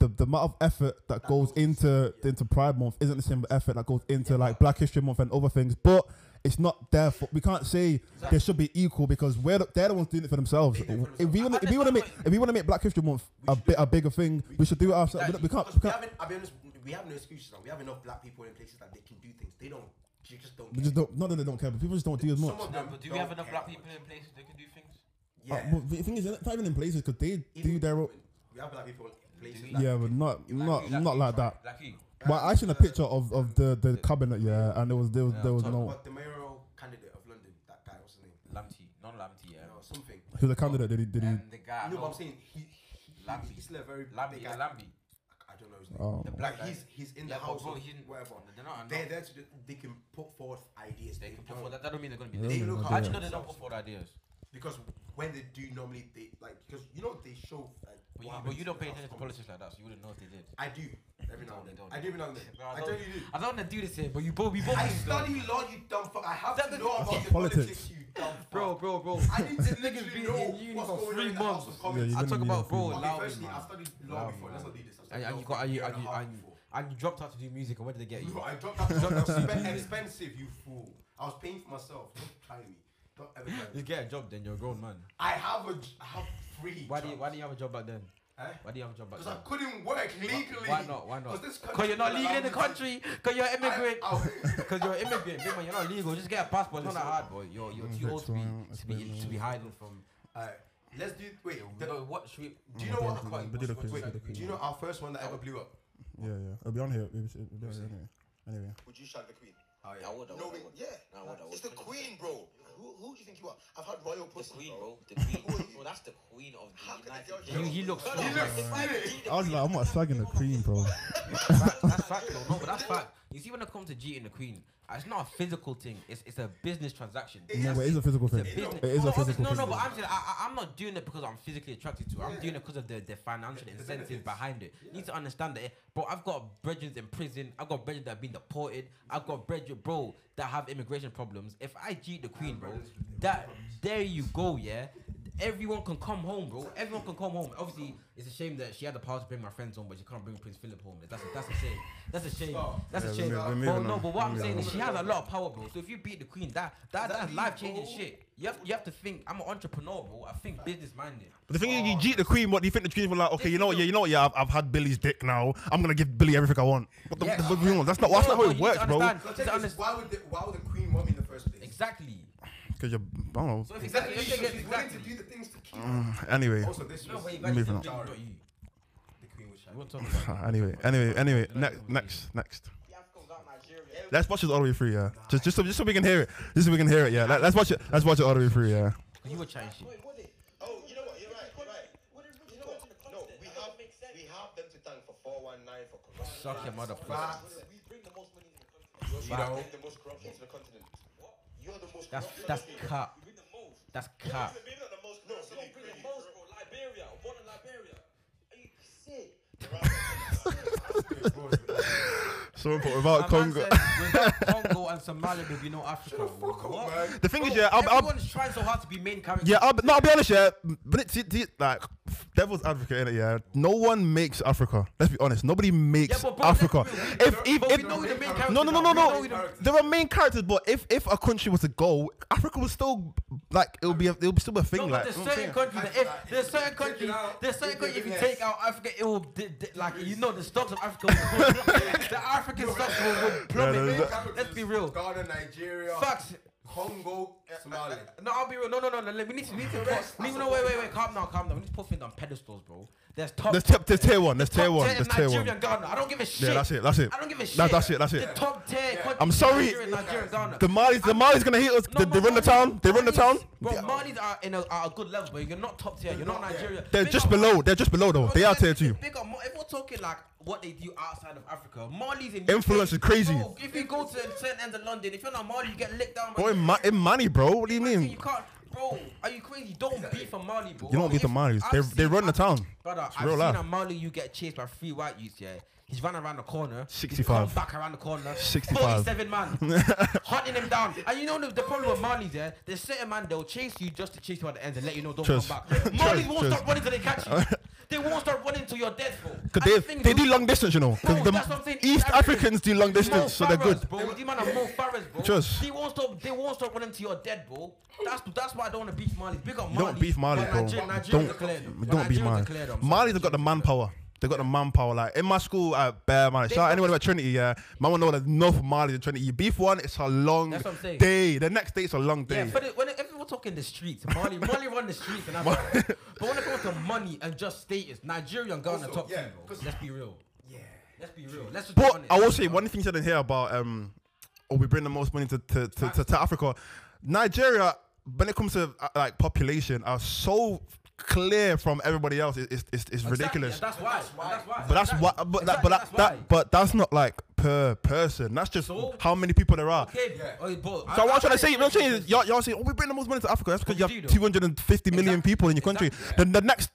S2: the, the amount of effort that, goes into into Pride Month isn't the same effort that goes into like Black History Month and other things. But it's not their fault. We can't say they should be equal because we're the, they're the ones doing it for themselves. If we want if we want to make if we want to make Black History Month a bit a bigger thing, we should do it ourselves. We don't- We can't.
S3: Because
S2: We
S3: we
S2: can't
S3: haven't, I'll be honest, we have no excuses now. We have enough black people in places that they can do things. They don't, they just don't.
S2: we just don't. Not that they don't care, but people just don't do as much.
S3: Some of
S4: no,
S3: them
S4: but do we
S3: don't
S4: have enough
S3: care
S4: black
S3: that
S4: people
S3: much.
S4: in places that can do things?
S2: Uh,
S3: Yeah.
S2: but the thing is, they're not even in places because they do their own.
S3: We have black people in places that
S2: Yeah, but not not not like that.
S4: Like you.
S2: But I seen a picture of, of the, the cabinet, yeah, and there was there was there was no
S3: But the mayoral candidate of London, that guy, what's his name?
S4: Lamty, non Lamty, yeah.
S3: No, something.
S2: he was a candidate. Did he did he?
S4: Um, the guy.
S3: You know
S4: no,
S3: what I'm saying? He, he,
S4: Lambi.
S3: he's still a very
S4: Lambi,
S3: big
S4: yeah,
S3: guy.
S4: Lambi.
S3: I don't know his name.
S2: Oh. The
S4: black
S3: Like,
S4: guy.
S3: he's he's in
S4: Yeah,
S3: the
S4: but
S3: house.
S4: bro,
S3: or
S4: he didn't-
S3: whatever.
S4: they're not-
S3: They're
S4: no.
S3: there to. do- They can put forth ideas.
S4: They
S3: They,
S4: can put
S3: don't.
S4: forward. That, that don't mean they're gonna be.
S3: They
S4: there.
S3: look
S4: How do
S3: after
S4: you know they don't
S3: themselves.
S4: put forward ideas?
S3: Because when they do normally, they like because you know they show. Like,
S4: But you,
S3: what
S4: but
S3: happens
S4: you
S3: in
S4: don't
S3: the
S4: pay
S3: house
S4: attention to
S3: of
S4: politics like that, so you wouldn't know if they did.
S3: I do every
S4: No,
S3: now and
S4: they
S3: then.
S4: don't.
S3: I do every now and then.
S4: Bro,
S3: I
S4: don't-
S3: totally do.
S4: I don't wanna do this here, but you both, we both.
S3: I
S4: do, bro.
S3: study law, you dumb fuck. I have
S4: That
S3: to
S4: doesn't-
S3: know about the
S2: Politics.
S3: politics, you dumb fuck.
S4: bro, bro, bro.
S3: I need to
S4: Niggas
S3: literally
S4: been
S3: know
S4: in uni
S3: what's
S4: for
S3: going on
S4: three
S3: in the House
S4: months.
S3: of Commons.
S4: I
S2: Yeah, you
S4: talk
S2: didn't
S4: about
S2: even
S4: bro,
S2: feel-
S3: Okay,
S4: Lowry,
S3: firstly,
S4: man.
S3: I've studied law
S4: Lowry,
S3: before.
S4: man.
S3: Let's not do this.
S4: And,
S3: I've studied
S4: and
S3: law
S4: you got, and you,
S3: for a year
S4: and you,
S3: a half
S4: and,
S3: before.
S4: and you dropped out to do music, and where did they get you?
S3: No, I dropped out. Dropped out. Expen- expensive, you fool. I was paying for myself. Don't try me. Don't ever try
S4: You
S3: me.
S4: get a job then, you're a grown man.
S3: I have a. j- I have three.
S4: Why do you, why do you have a job back then?
S3: Huh?
S4: Why do you have a job back
S3: Because I
S4: then?
S3: couldn't work legally.
S4: Why not? Why not?
S3: Because this
S4: Because you're not
S3: couldn't
S4: legal in the
S3: allow me to-
S4: country. Because you're an immigrant.
S3: I- I-
S4: Because you're an immigrant, big man. You're not legal. Just get a passport. It's not that hard, boy. You're, you're too old to be, to be, to be hiding from.
S3: Alright, let's do. Wait. the-
S4: No, what should we?
S3: do you know what?
S2: But did okay,
S3: wait,
S2: did okay.
S3: do you know our first one that ever blew up?
S2: Yeah, yeah. It'll be on here. It'll be, it'll be on here anyway. Anyway,
S7: Would you shout the Queen?
S4: Oh, yeah.
S8: I would, I would, I
S7: Knowing,
S8: would.
S7: yeah,
S8: I would, I would.
S7: it's the queen, bro. Who, who do you think you are? I've had royal
S8: The
S7: pussy,
S8: queen, bro. The queen.
S7: Who are you?
S8: Bro, that's the queen of
S7: How
S8: the
S7: can I
S8: United
S7: tell you?
S8: Kingdom.
S4: He- he looks-
S8: No, no,
S4: he
S8: if
S4: looks
S8: I beat the
S9: I was
S8: queen,
S9: like, I'm not slagging the queen, bro.
S4: That- that's fact though. No, but that's fact. You see, when it comes to cheating the queen, uh, it's not a physical thing. It's it's a business transaction.
S9: No, but it is a physical thing.
S4: It's a business-
S9: It is
S4: no,
S9: a
S4: no,
S9: physical
S4: no,
S9: thing.
S4: no, but I'm saying I, I, I'm not doing it because I'm physically attracted to. her. I'm doing it because of the, the financial incentives behind it. You need to understand that, eh, bro. I've got brethren in prison. I've got brethren that have been deported. I've got brethren, bro, that have immigration problems. If I cheat the queen, bro, that there you go, yeah. Everyone can come home, bro. Everyone can come home. Obviously, it's a shame that she had the power to bring my friends home, but she can't bring Prince Philip home. That's a, that's a shame. That's a shame. That's a shame.
S2: we're moving
S4: Bro, no,
S2: on.
S4: but what I'm
S2: Moving
S4: saying
S2: on.
S4: is she has a lot of power, bro. So if you beat the queen, that that that's life changing shit. You have you have to think. I'm an entrepreneur, bro. I think business minded.
S2: But the thing is, you cheat the queen. What do you think the queen was like? Okay, you know what? Yeah, you know what? Yeah, I've, I've had Billy's dick now. I'm gonna give Billy everything I want. What the,
S4: Yes.
S2: what the fuck you want? That's not. That's
S4: No,
S2: not how
S4: no,
S2: it
S4: you
S2: works,
S4: need to
S2: bro.
S4: understand.
S2: Because
S4: You need to understand-
S3: Why would the, why would the queen want me in the first place?
S4: Exactly.
S2: you're, I don't know.
S4: So if exactly, if they get
S3: She's willing to
S4: exactly. Mm.
S3: do the things to keep.
S2: Anyway,
S3: Also, this
S4: No,
S3: was
S4: wait,
S3: the
S4: guys,
S2: Moving
S4: it's
S3: on.
S4: not you.
S3: queen was shy.
S4: We won't talk about it.
S2: anyway, anyway, anyway. Next, next, next. Let's watch it all the way through, yeah. Just, just, so, just so we can hear it. Just so we can hear it, yeah. Let, let's watch it. Let's watch it all the way through, yeah.
S4: You were chatting shit.
S7: Oh, you know what? You're right. You're right. You know what? No, we have we have them to thank for 419 for corruption.
S4: Suck your motherfucker.
S3: Facts.
S7: We bring the most money to the continent.
S4: You
S7: You're
S4: know-
S7: the most corruption to the continent. What? You're the most
S4: That's
S7: corrupt
S4: that's
S7: country.
S4: cap.
S10: Bring the most.
S4: That's cap.
S7: Maybe not the most
S10: No,
S7: corrupt,
S10: you don't bring the most, bro. Liberia. One in Liberia. Are you sick?
S2: So, but without
S4: My man
S2: Congo.
S4: said, Without Congo and Somalia, there'll be no Africa. What?
S2: The thing is,
S4: Bro,
S2: yeah, I'll, I'll,
S4: everyone's trying so hard to be main character.
S2: yeah, I'll, be- no, I'll be honest, yeah. But it's it, it, like devil's advocate, innit? Yeah, no one makes Africa. Let's be honest, nobody makes
S4: Yeah, but bro,
S2: Africa.
S4: let's be real,
S2: If,
S4: we-
S2: if,
S4: but
S2: if
S4: we know who the main characters
S2: no, no, no, no,
S4: are. We
S2: no,
S4: know who the-
S2: there are main characters, but if if a country was to go, Africa would still like it would be a, it would still be a thing.
S4: No,
S2: like
S4: but there's
S2: you know what I'm
S4: certain
S2: saying?
S4: countries that if there's certain countries,
S3: out,
S4: there's certain
S3: it'd be
S4: countries if you
S3: less.
S4: take out Africa, it will di- di- like you know the stocks of Africa. Will plummet. the African stocks will, will plummet.
S2: there's
S4: Let's be real.
S3: Ghana, Nigeria,
S4: Facts.
S3: Congo, Somalia.
S4: No, I'll be real. No, no, no. no, no, We need to. We need to. Put, we, no, wait, wait, wait. Calm down, calm down. We need to put things on pedestals, bro. There's top.
S2: There's tip, there's tier one, there's
S4: top
S2: tier one,
S4: tier in
S2: there's tier
S4: Nigeria
S2: one.
S4: and Ghana. I don't give a shit.
S2: that's it, that's it.
S4: I don't give a shit.
S2: That- that's it, that's
S4: The
S2: it.
S4: top tier. countries
S2: I'm
S4: in
S2: sorry.
S4: Nigeria and Nigeria and Ghana.
S2: The Malis, the Malis gonna hit us.
S4: No,
S2: they, they
S4: but
S2: run the
S4: Malis-
S2: town. They run the town.
S4: Malis- Bro, Malis are in a, are a good level, but you're not top tier. You're not Nigeria.
S2: They're
S4: Big
S2: just
S4: up-
S2: below. They're just below though.
S4: Bro,
S2: They are
S4: let's
S2: tier
S4: keep
S2: two.
S4: it Big up. Mo- If we're talking like what they do outside of Africa, Mali's in
S2: Influence is crazy.
S4: Bro, if you go to certain ends of London, if you're not Mali, you get licked down.
S2: Bro,
S4: man.
S2: in, Ma- in Mali, bro. What do you
S4: Man, You
S2: mean?
S4: can't, bro. Are you crazy? Don't beef a Mali, bro.
S2: You don't beef
S4: If-
S2: the Malis. They-
S4: I've
S2: they
S4: seen-
S2: run the
S4: I've-
S2: town.
S4: Brother,
S2: It's
S4: I've
S2: real
S4: seen
S2: life.
S4: a Mali you get chased by three white youths. Yeah, he's running around the corner. he's
S2: 65.
S4: come back around the corner.
S2: 65.
S4: Forty-seven man hunting him down. And you know the, the problem with Malis, yeah, there's certain man they'll chase you just to chase you at the end and let you know don't
S2: Trust.
S4: come back.
S2: Trust,
S4: Malis won't
S2: trust.
S4: stop running till they catch you. They won't stop running till you're dead, bro. And the
S2: Because they,
S4: thing
S2: they
S4: is-
S2: do long distance, you know. 'Cause
S4: Bro,
S2: the
S4: that's what I'm saying,
S2: East Africans do long
S4: Mo
S2: distance, so they're
S4: Farah's,
S2: good.
S4: Bro, these man are Mo Farah's, bro.
S2: Just-
S4: They won't stop. They won't stop running till you're dead, bro. That's that's why I don't want to beef Mali. Big up Mali.
S2: You don't beef Mali,
S4: But
S2: bro.
S4: Nigeria, Nigeria's
S2: don't
S4: declared them. But
S2: don't beef
S4: Nigeria's
S2: Mali.
S4: declared them, so
S2: Mali, they've got the
S4: Nigeria's
S2: manpower. They got the manpower. Like in my school at Bear Man, shout out
S4: got-
S2: anyone about Trinity, yeah. Man will know that North Mali and Trinity. You beef one, it's a long
S4: That's what I'm saying.
S2: day. The next day it's a long day.
S4: Yeah, but it, when it, if we're talking the streets, Mali, Mali run the streets, and I'm like, but when it comes to money and just status, Nigeria and Ghana top
S3: yeah,
S4: ten, bro.
S3: 'cause-
S4: Let's be real. Yeah. Let's be real. Let's just be
S2: But
S4: honest.
S2: I will say one thing you said in here about um, oh, we bring the most money to to, to, to, to Africa, Nigeria. When it comes to uh, like population, are so clear from everybody else. It, it's it's, it's ridiculous.
S4: That's why. That's why. That's why.
S2: but that's why. But that. But that, that. But that's not like per person. That's just
S4: So-
S2: how many people there are.
S4: Okay, oh, bro,
S2: So what I'm trying to
S4: I-
S2: say, what I'm saying is, y'all, y'all saying, oh, we bring the most money to Africa. That's because you
S4: Because
S2: have
S4: you do, though.
S2: 250 million
S4: Exactly.
S2: people in your country.
S4: Exactly.
S2: The, the next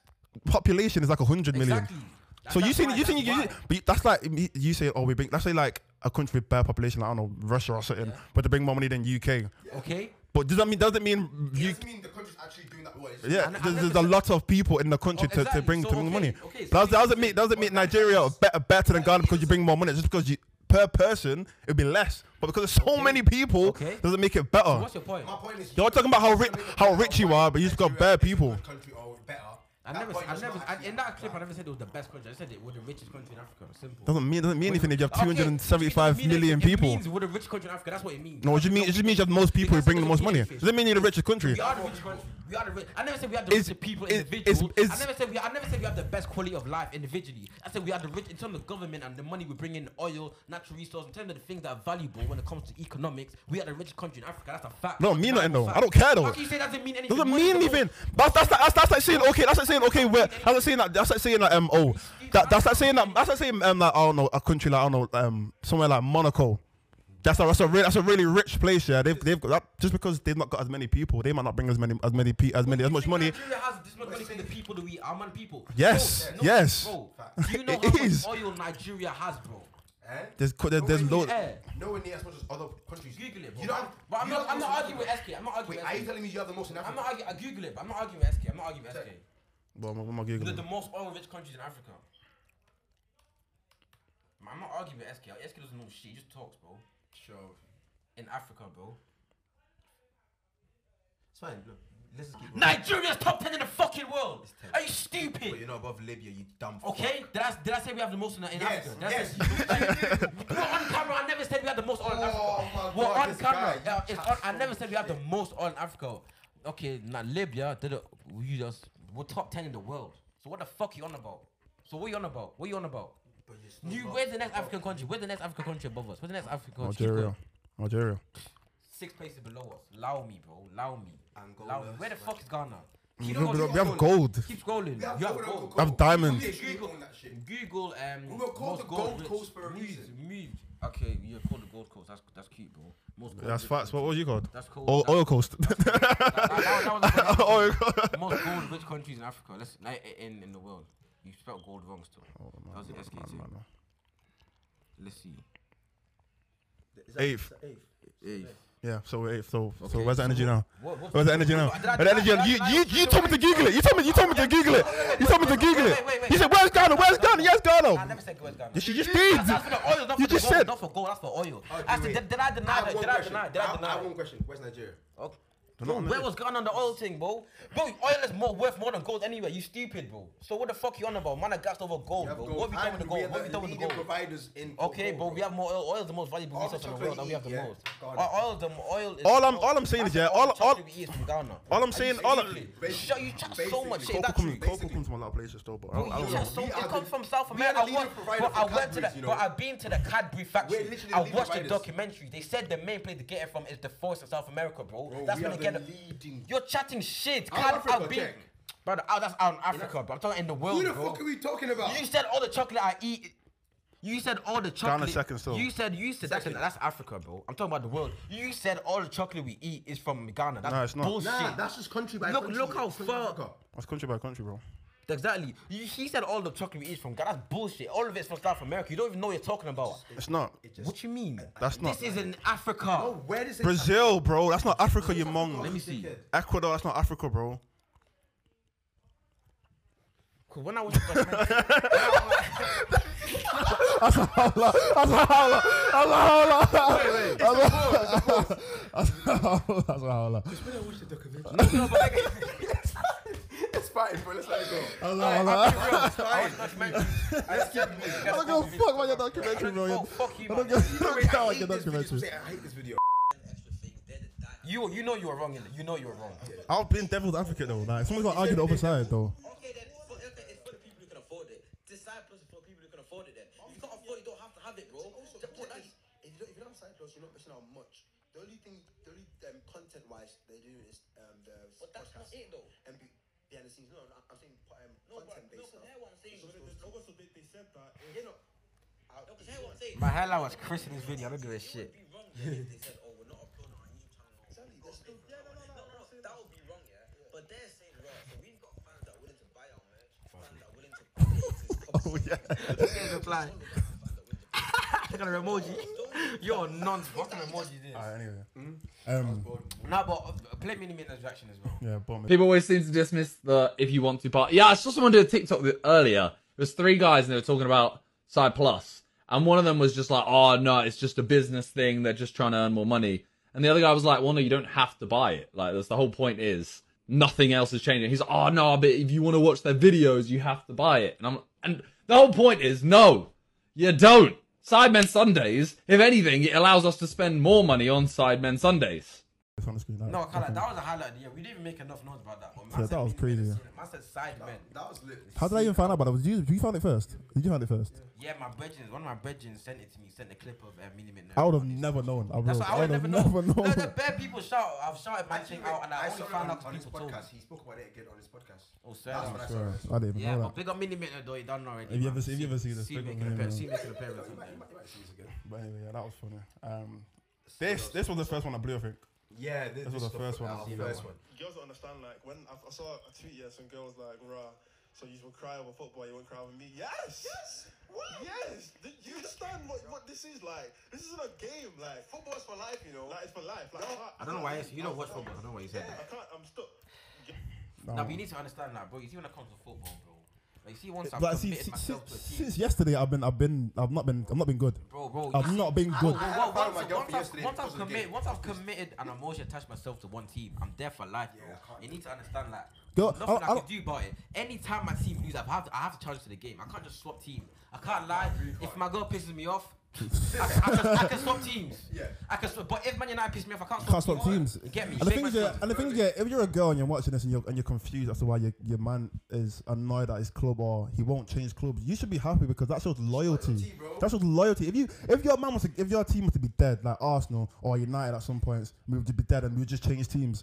S2: population is like 100 million.
S4: Exactly. That-
S2: So you
S4: that's
S2: think
S4: why,
S2: you think
S4: that's
S2: you,
S4: why.
S2: but you- that's like you- you say, oh, we bring. Let's say like a country with bad population, like I don't know, Russia or something, but they bring more money than UK.
S4: Okay.
S2: But does that mean doesn't mean
S3: It
S2: you?
S3: doesn't mean the country's actually doing that well. It's just-
S2: Yeah,
S4: And I
S2: there's, there's a
S4: understand-
S2: lot of people in the country
S4: Oh,
S2: to,
S4: exactly.
S2: to bring
S4: So,
S2: to bring
S4: okay,
S2: money.
S4: okay, so
S2: But that
S4: you-
S2: doesn't make doesn't make Nigeria better better than Ghana because you bring more money. Just because you per person it'd be less, but because there's so many people,
S4: Okay.
S2: doesn't make it better.
S4: What's your point?
S3: My point is,
S2: You're talking about how rich how rich you are, but you just got
S3: Nigeria
S2: bad
S3: is a
S2: people.
S3: good Country or better.
S4: I
S3: That
S4: never,
S3: point
S4: I
S3: is
S4: never,
S3: not
S4: I,
S3: actually
S4: in that
S3: bad.
S4: clip, I never said it was the best country. I said it was the richest country in Africa. Simple.
S2: Doesn't mean doesn't mean anything if you have
S4: Okay,
S2: 275
S4: it means-
S2: million
S4: it
S2: people.
S4: means we're the rich country in Africa. That's what it means.
S2: No, it just means it just means you have the most people who
S4: Because
S2: bring the
S4: it's a
S2: most money.
S4: fish.
S2: Doesn't mean you're the richest country.
S4: we are the rich country. We are the rich. I never said we are the richest people individually. I never said we. I never said we have the best quality of life individually. I said we are the rich in terms of government and the money we bring in, oil, natural resources, in terms of the things that are valuable when it comes to economics. We are the richest country in Africa. That's a fact.
S2: No,
S4: That's
S2: mean nothing
S4: a
S2: though.
S4: fact.
S2: I don't care though.
S4: How can you say that doesn't mean anything?
S2: Doesn't
S4: Money
S2: mean
S4: is the most-
S2: anything. That's that's that's that's like saying okay. That's like saying okay. Where that's like saying that that's like saying that um oh that that's like saying that that's like saying um like I don't know a country like I don't know um somewhere like Monaco. That's a that's a really, that's a really rich place. Yeah, they've they've got that, just because they've not got as many people, they might not bring as many as many pe- as many as much money.
S4: Nigeria has this much money from the people that we are, man. People.
S2: Yes,
S4: Bro,
S2: yes.
S4: Bro, do you know
S2: It
S4: how much
S2: is.
S4: oil Nigeria has, bro?
S2: There's co- there's, there's loads.
S3: Eh? Nowhere near as much as other countries.
S4: Google it, bro.
S3: You don't have-
S4: but I'm
S3: you
S4: not.
S3: don't
S4: I'm not
S3: have-
S4: arguing with SK. I'm not arguing.
S3: Wait,
S4: with
S3: are
S4: SK.
S3: you telling me you have the most in
S4: I'm
S3: Africa?
S4: not arguing. I Google it, but I'm not arguing with SK. I'm not arguing with SK.
S2: Well, I'm, I'm
S4: They're
S2: Googling.
S4: the most oil-rich countries in Africa. Man, I'm not arguing with SK. SK doesn't know shit. He just talks, bro. Sure. In Africa, bro.
S3: It's fine. Look, let's just keep going.
S4: Nigeria's top ten in the fucking world. Are you stupid?
S3: But you're not above Libya, you dumb.
S4: Okay, did I, did I say we have the most in, in
S3: Yes,
S4: Africa? Did I say- We're on camera. I never said we had the most oil in Africa. We're
S3: God,
S4: on
S3: this
S4: camera.
S3: guy.
S4: Uh, it's on, I never said we had the most oil in Africa. Okay, now Libya did it. We just we're top ten in the world. So what the fuck you on about? So what you on about? What you on about? You, where's the next African country? Where's the next African country above us? Where's the next African country? Keep
S2: Nigeria,
S4: going.
S2: Nigeria.
S4: Six places below us. Lao me, bro. Lao me.
S3: Angola,
S4: Lao me. Where the fuck is Ghana?
S2: We
S4: Keep
S2: have- Mm-hmm. we
S4: going,
S2: have
S4: keep
S2: gold.
S4: going. Keep scrolling.
S3: We have
S4: You have
S3: gold,
S4: gold.
S3: gold.
S2: We have diamonds.
S3: We agree on that shit.
S4: Google um.
S3: We were called
S4: most
S3: the Gold
S4: rich-
S3: Coast for a
S4: moved-
S3: reason.
S4: Moved. Okay, you're called the Gold Coast. That's that's cute, bro. Most gold
S2: That's
S4: rich
S2: facts. What
S4: countries.
S2: was you called?
S4: That's called
S2: Oil,
S4: that-
S2: oil coast.
S4: that- that- that was a
S2: Oil
S4: pronunciation.
S2: coast.
S4: most gold rich countries in Africa. Let's like, i- in in the world. You spelled gold wrong still.
S2: Oh,
S4: that was an SK
S2: man,
S4: thing.
S2: man, man.
S4: Let's see.
S2: Eighth.
S4: Eighth.
S2: Yeah, so wait, so so
S4: Okay,
S2: where's the
S4: so
S2: energy
S4: what-
S2: now?
S4: what- what's
S2: where's
S4: the-
S2: the energy now?
S4: Did I- did
S2: Where's the
S4: I-
S2: energy?
S4: did I-
S2: You
S4: did I-
S2: you told me to Google it. You told me you told me to Google it. You told me to Google
S4: wait,
S2: it.
S4: wait, wait,
S2: You said where's Ghana? Where's Ghana? Yes,
S3: Ah,
S4: I
S2: Ghana.
S4: never said gold. Ghana.
S2: Yes, you just
S4: That's, that's for
S2: did.
S4: the oil. Not
S2: You
S4: for the
S2: just
S4: gold.
S2: said-
S4: Not for gold. That's for oil.
S3: Okay,
S4: I said,
S3: wait.
S4: did, did I
S3: I
S4: deny
S3: Oh, have
S4: that?
S3: one
S4: Did I
S3: question.
S4: deny? Did I
S3: have- I
S4: deny?
S3: have one question. Where's Nigeria?
S4: Okay. Bro,
S2: on,
S4: where was Ghana on the oil thing, bro? Bro, oil is more worth more than gold anyway. You stupid, bro. So what the fuck you on about? Man, I gassed over gold,
S3: You have
S4: bro.
S3: gold.
S4: What have you done
S3: And
S4: with the
S3: we are
S4: gold? What have you done with the
S3: leading
S4: gold?
S3: providers in
S4: Okay,
S3: gold,
S4: bro, we have more oil. Oil is the most valuable
S3: Oh, All the
S4: resource in the
S3: chocolate
S4: world, and we
S3: we
S4: have the
S3: eat, yeah,
S4: most.
S3: Ghana.
S4: Our Oil, the oil is.
S2: All I'm- all I'm saying is, yeah, all-
S4: the
S2: all-
S4: chocolate we eat is from Ghana.
S2: all I'm
S4: Are you
S2: saying- all I'm-
S4: stupid? Shut- you chat so much shit.
S2: Cocoa
S4: That's
S2: comes,
S4: true.
S2: Cocoa comes from a lot of places though, but I don't, I
S4: You chat
S2: don't know.
S4: so
S3: We
S4: it
S3: are
S4: comes
S3: the-
S4: from South
S3: we are
S4: America.
S3: the
S4: I
S3: leading
S4: watched,
S3: provider
S4: but
S3: for
S4: I went to
S3: Cadbury's,
S4: the,
S3: you know.
S4: but I've been to the Cadbury factory.
S3: literally the
S4: I
S3: leading
S4: watched the
S3: providers.
S4: documentary. They said the main place to get it from is the forest of South America, bro.
S3: Bro,
S4: That's
S3: we
S4: when
S3: are
S4: they get
S3: the
S4: it.
S3: leading-
S4: You're chatting shit.
S3: Out
S4: Cad-
S3: Africa,
S4: I've been,
S3: check.
S4: bro. That's out in Africa, bro. I'm talking in the world,
S3: Who the
S4: bro.
S3: fuck are we talking about?
S4: You said all the chocolate I eat. You said all the chocolate.
S2: second still.
S4: You said you said that's, that's Africa, bro. I'm talking about the world. You said all the chocolate we eat is from Ghana. That's
S2: No, it's not.
S4: bullshit.
S3: Nah, that's just country by
S4: Look-
S3: country.
S4: look how
S3: It's country by
S4: far-
S3: Africa.
S2: That's country by country, bro.
S4: exactly. You, he said all the chocolate we eat is from Ghana. That's bullshit. All of it's from South America. You don't even know what you're talking about.
S2: It's not.
S4: what you mean?
S2: That's not-
S4: This is in Africa.
S3: Oh, where does it?
S2: Brazil, bro. That's not Africa, you
S4: Let
S2: mong.
S4: me see.
S2: Ecuador, that's not Africa, bro.
S4: 'Cause when I was in
S11: That's what I was like.
S3: It's fine, bro. Let's let it go.
S4: I was documentary.
S3: Let's keep moving.
S11: I don't give a fuck about your documentary, bro.
S4: Oh,
S11: You-
S4: fuck you,
S11: I don't
S4: man.
S11: give I don't
S3: Wait,
S11: care
S3: I
S11: about
S3: hate
S11: your
S3: this video. People
S11: documentary.
S3: say, I hate this video.
S7: extra thing. They're the die.
S4: You you know you were wrong in it. You know you were wrong.
S2: I've been devil's advocate though. Like
S11: Someone's gonna argue the other side though.
S7: Okay, then for, okay, it's for the people who can afford it. Decide plus for people who can afford it. Then if you can't afford it, you don't have to have it, bro.
S12: Also,
S7: Just put
S12: what
S7: that-
S12: is- if you don't, if you don't have side plus, you're not missing out much. The only thing, the only um, content-wise, they do is um, the
S7: But that's not it, though.
S12: And be, behind the scenes, no, no, I'm saying um,
S7: No, but no,
S12: content-based
S7: but
S12: stuff.
S7: they're what I'm saying.
S12: they said that. You know, out-
S7: No, 'cause they're what I'm saying.
S4: My hairline was crisp in this video. I don't give a
S7: It would
S4: shit.
S7: be wrong yeah, if they said, "Oh, we're not uploading on our new channel."
S12: Exactly,
S7: We're
S12: that's still-
S7: uploading on our-
S12: yeah, no, no, no, I'm saying
S7: that would be wrong, yeah. But they're saying wrong. So we've got fans that are willing to buy our merch, fans that are willing to buy it.
S2: Oh yeah.
S4: reply. Look at her emoji. You're nonce. What kind of emoji is this?
S2: Alright, anyway.
S4: Hmm?
S11: Um,
S4: Nah, but uh, play mini minute attraction as well.
S2: Yeah, bomb. it.
S13: People always seem to dismiss the if you want to part. Yeah, I saw someone do a TikTok the- earlier. It was three guys and they were talking about Side Plus. And one of them was just like, oh, no, it's just a business thing. They're just trying to earn more money. And the other guy was like, well, no, you don't have to buy it. Like, that's the whole point is nothing else is changing. He's like, oh, no, but if you want to watch their videos, you have to buy it. And I'm, and the whole point is no, you don't. Sidemen Sundays, if anything, it allows us to spend more money on Sidemen Sundays.
S2: It's on the screen.
S4: No, I can't. lie,
S2: okay.
S4: That was a highlight of the year. We didn't even make enough noise about that. But man
S2: Yeah,
S4: said
S2: that
S4: we
S2: was
S4: made a
S2: crazy,
S4: scene.
S2: yeah.
S4: Man said side men. That was lit.
S2: How did I even find out about that? Was you? You found it first. Did you find it first?
S4: Yeah, my brethren, one of my brethren sent it to me. Sent a clip of uh, Millie Minute.
S2: I would have never known. I,
S4: That's
S2: realized.
S4: what I would never
S2: would've
S4: know.
S2: never
S4: No,
S2: known.
S4: the bare people shout. I've shouted my thing out, and I,
S3: I
S4: only
S3: saw it
S4: found
S3: on,
S4: out
S3: on his
S4: people told me.
S3: podcast. He spoke about it again on his podcast.
S4: Oh, sir.
S3: That's when I saw it.
S2: I didn't even
S4: yeah, but
S2: know that.
S4: big up Millie Minute though. He done already.
S2: Have you
S4: man.
S2: ever seen- have you ever seen this?
S4: See
S2: Big up
S4: making
S2: Millie
S4: appear-
S2: Minute.
S4: see making appearance.
S2: But anyway, yeah, that was funny. Um,
S14: this this was the first one I blew. I think.
S3: Yeah,
S14: this, was the first one. I blew.
S5: Girls don't understand, like, when I, I saw a tweet, yeah, some girls like, rah, so you will cry over football, you won't cry over me. Yes! Yes! What? Yes! Do you understand what, what this is like? This isn't a game, like, football's for life, you know? Like, it's for life. Like, can't-
S4: I don't know why
S5: can't-
S4: you- you don't watch football. I don't know why you said
S5: Yeah,
S4: that.
S5: I can't, I'm stuck.
S4: No,
S2: No.
S4: but you need to understand that, bro. You see when it comes to football, bro. Like, you see, once I've
S2: But see,
S4: committed
S2: si- si-
S4: myself to a team,
S2: since yesterday, I've been, I've been, I've not been, I've not been good.
S4: Bro, bro,
S2: I've
S4: you
S2: not
S4: see-
S2: been good.
S4: Bro, bro,
S3: found
S4: once,
S3: my
S4: I've-
S3: girl
S4: once
S3: for
S4: I've,
S3: yesterday
S4: once I've
S3: because of the
S4: committed, once I've committed and emotionally attached myself to one team, I'm there for life, bro. you need to understand that.
S2: Yo,
S4: Nothing
S2: I-
S4: I,
S2: I
S4: can do about it. Anytime my team loses, I have to, I have to challenge to the game. I can't just swap teams. I can't lie. If my girl pisses me off, I, I, just, I can swap teams. Yeah. I can swap. But if Man United pisses me off, I can't swap,
S2: Can't stop teams.
S4: You get me?
S2: And the
S4: Make
S2: thing
S4: my
S2: is, yeah,
S4: squad.
S2: and the thing is, yeah, if you're a girl and you're watching this and you're and you're confused as to why your your man is annoyed at his club or he won't change clubs, you should be happy because that shows loyalty. that shows loyalty. If you if your man was to, if your team was to be dead like Arsenal or United at some points, we would be dead and we would just change teams.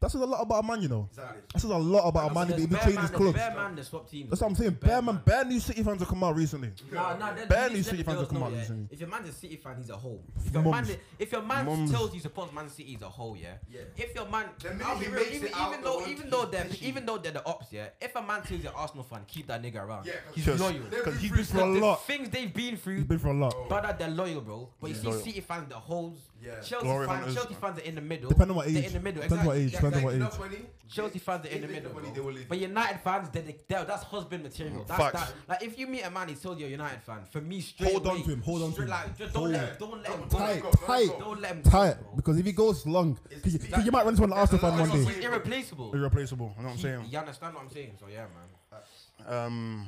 S2: That says a lot about a man, you know.
S4: Exactly.
S2: That says a lot about a man if
S4: There's
S2: he
S4: bare
S2: changes
S4: man- there's
S2: clubs.
S4: bare man that swap teams,
S2: That's what I'm saying. Bare man, bare new City fans have come out recently.
S4: Nah, nah, that-
S2: bare
S4: you
S2: new
S4: need to let
S2: City
S4: the
S2: fans have
S4: girls
S2: come
S4: know,
S2: out
S4: yeah.
S2: recently.
S4: If your man's a City fan, he's a whole. If your
S2: Mums.
S4: man, if your man
S2: Mums.
S4: tells you supports Man City, he's a whole, yeah.
S3: Yeah.
S4: If your man,
S3: The minute
S4: I'll
S3: he
S4: be real,
S3: makes
S4: even,
S3: it out
S4: even
S3: the
S4: though
S3: one,
S4: even though they're even though they're the ops, yeah. If a man tells you Arsenal fan, keep that nigga around.
S3: Yeah, 'cause
S4: he's
S3: Just-
S4: loyal.
S3: they've been 'Cause he's been through a
S4: The
S3: lot.
S4: Things they've been through. He's
S2: been through a lot.
S4: Brother, they're loyal, bro. But you
S2: He's
S4: see,
S2: loyal.
S4: City fans, the holes.
S3: Yeah.
S4: Chelsea
S2: Glory
S4: fans,
S2: hunters.
S4: Chelsea fans are in the middle.
S2: Depend on what
S4: They're
S2: age.
S4: in the middle.
S2: Depend on what
S4: exactly.
S2: age, depend on what
S4: Exactly.
S2: age.
S4: Chelsea fans are in the middle. bro. But United fans, they, they, they- that's husband material. That's
S2: Facts.
S4: that. Like if you meet a man, he's told you a United fan. For me, straight
S2: Hold on
S4: away,
S2: to him, hold on to
S4: straight-
S2: him.
S4: Like, just
S2: Hold
S4: don't
S2: on.
S4: let, don't let him go.
S2: Tight,
S4: Don't let him
S2: tight,
S4: go. Don't let him.
S2: tight. Because if he goes long, 'cause you, 'cause you might run into an Arsenal fan one
S4: He's
S2: day.
S4: irreplaceable.
S14: Irreplaceable. I know what I'm
S4: You-
S14: saying.
S4: You understand what I'm saying? So yeah, man.
S14: Um,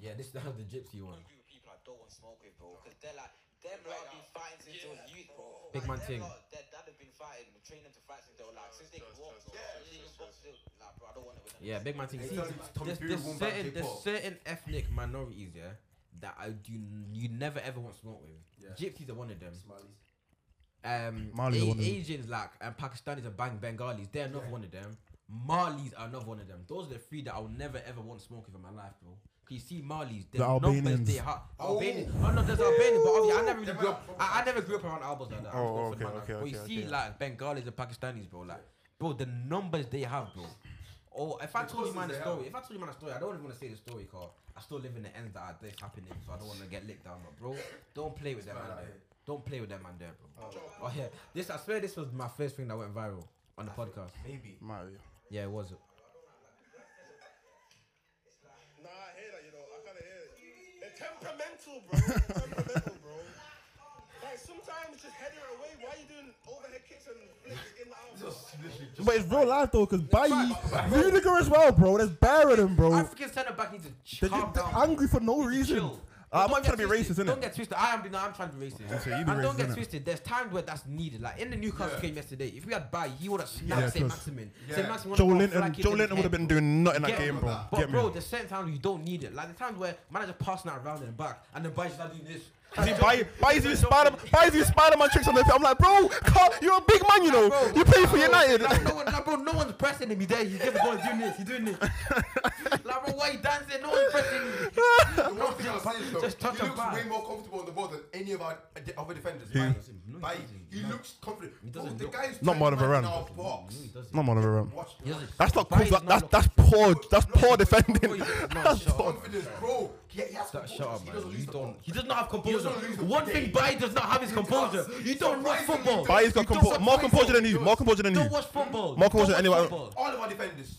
S4: Yeah, this is the the gypsy one.
S7: people I don't want to smoke with, bro, because they're like, them lot been fighting since they was youth, bro.
S4: Big
S7: Like,
S4: man
S7: them
S4: thing.
S7: lot, Their dad have been fighting, we trained them to fight since they were like, since they could walk, bro. Since they could walk, still, like, bro, I don't want it with them.
S4: Yeah, big man thing.
S7: Hey,
S4: See,
S7: Tommy- Tommy
S4: there's,
S7: Fury
S4: there's
S7: won't back
S4: certain,
S7: Jake
S4: there's
S7: Paul.
S4: certain ethnic minorities, yeah, that I do you never ever want to smoke with. Gypsies are one of them. Um,
S14: Mali's are
S4: A-
S14: one of them.
S4: Asians like and Pakistanis and Bang Bengalis, they're another one of them. Malis are another one of them. Those are the three that I will never ever want to smoke with in my life, bro. Cause you see Malis,
S2: The
S4: their numbers,
S2: Albanians.
S4: they ha- Albanians. Oh no, there's Albanians, but obviously I never really grew up. I, I never grew up around albums like that. I'm
S14: Oh,
S4: just going
S14: okay,
S4: for my
S14: okay,
S4: life. But
S14: okay,
S4: you see
S14: okay.
S4: like Bengalis and Pakistanis, bro. Like, bro, the numbers they have, bro. Oh, if I
S3: The
S4: told you man
S3: cousins
S4: a
S3: they
S4: story,
S3: have.
S4: if I told you man a story, I don't even want to say the story, cause I still live in the ends that are this happening, so I don't want to get licked down. But bro, don't play with that man there. Don't play with that man there, bro. Oh yeah, this I swear this was my first thing that went viral on the podcast.
S3: Maybe.
S4: Yeah, it was.
S5: Nah, I hear that, you know. I kind of hear it. They're temperamental, bro. They're temperamental, bro. Like, sometimes just head it away. Why are you doing overhead kicks and flicks in the arm?
S2: But it's real life though, because Bayi, Rudiger as well, bro. There's bear in him, bro.
S4: African centre back needs to
S2: They're
S4: calm
S2: just- they're
S4: down.
S2: angry for no reason. Uh, I'm not trying to be racist, innit?
S4: Don't get twisted. I am. No, I'm trying to be racist.
S2: Okay, you be
S4: and don't
S2: racist,
S4: get
S2: innit?
S4: twisted. There's times where that's needed. Like in the Newcastle
S14: Yeah.
S4: game yesterday, if we had Bay, he would have
S14: Yeah,
S4: snapped St.
S14: trust.
S4: Maximin.
S14: Yeah.
S4: St. Maximin
S14: Joe
S4: would've got
S14: Linton-
S4: flack kicked
S14: Joe
S4: in
S14: Linton
S4: his
S14: would've
S4: head,
S14: been doing nothing in that
S4: Get me?
S14: game, bro.
S4: But
S14: Get me?
S4: bro, there's certain times you don't need it. Like the times where managers passing that round and back, and then Bay just doing this.
S14: See, Bayi, Bayi's doing Spider, Bayi's doing Spider-Man tricks on the field. I'm like, bro, Carl, you're a big man, you know. you play for
S4: Bro,
S14: United.
S4: like, no, one, like, bro, no one's pressing him. He's there. He's giving ball. He's doing this. He's doing this. like, bro, why you dancing? No one's pressing him.
S3: The one thing I'll say is though,
S4: Just touch
S3: he
S4: a
S3: looks
S4: bar.
S3: way more comfortable on the ball than any of our uh, the other defenders.
S14: Who?
S3: Bayes. Bayes. He looks confident. Bro, the guy is
S14: Not
S3: trying
S14: more
S3: to
S14: than
S3: man in
S14: Varane.
S3: our box.
S14: Not more than Varane.
S3: Watch, watch.
S14: That's not cool. That, that's that's poor. That's poor defending. That's poor.
S3: Confidence, bro. He, he has
S4: That,
S3: confidence.
S4: shut up,
S3: He
S4: man.
S3: doesn't
S4: You
S3: lose the
S4: don't. He does not have
S3: He doesn't
S4: composure.
S3: lose the
S4: One thing Bay does not have is composure. You don't watch football.
S14: Bayi's got
S4: You don't
S14: compo-
S4: watch
S14: more composure than you. More composure than you.
S4: Don't watch football.
S14: More composure than
S4: Don't watch
S14: anyone.
S4: football.
S3: All of our defenders.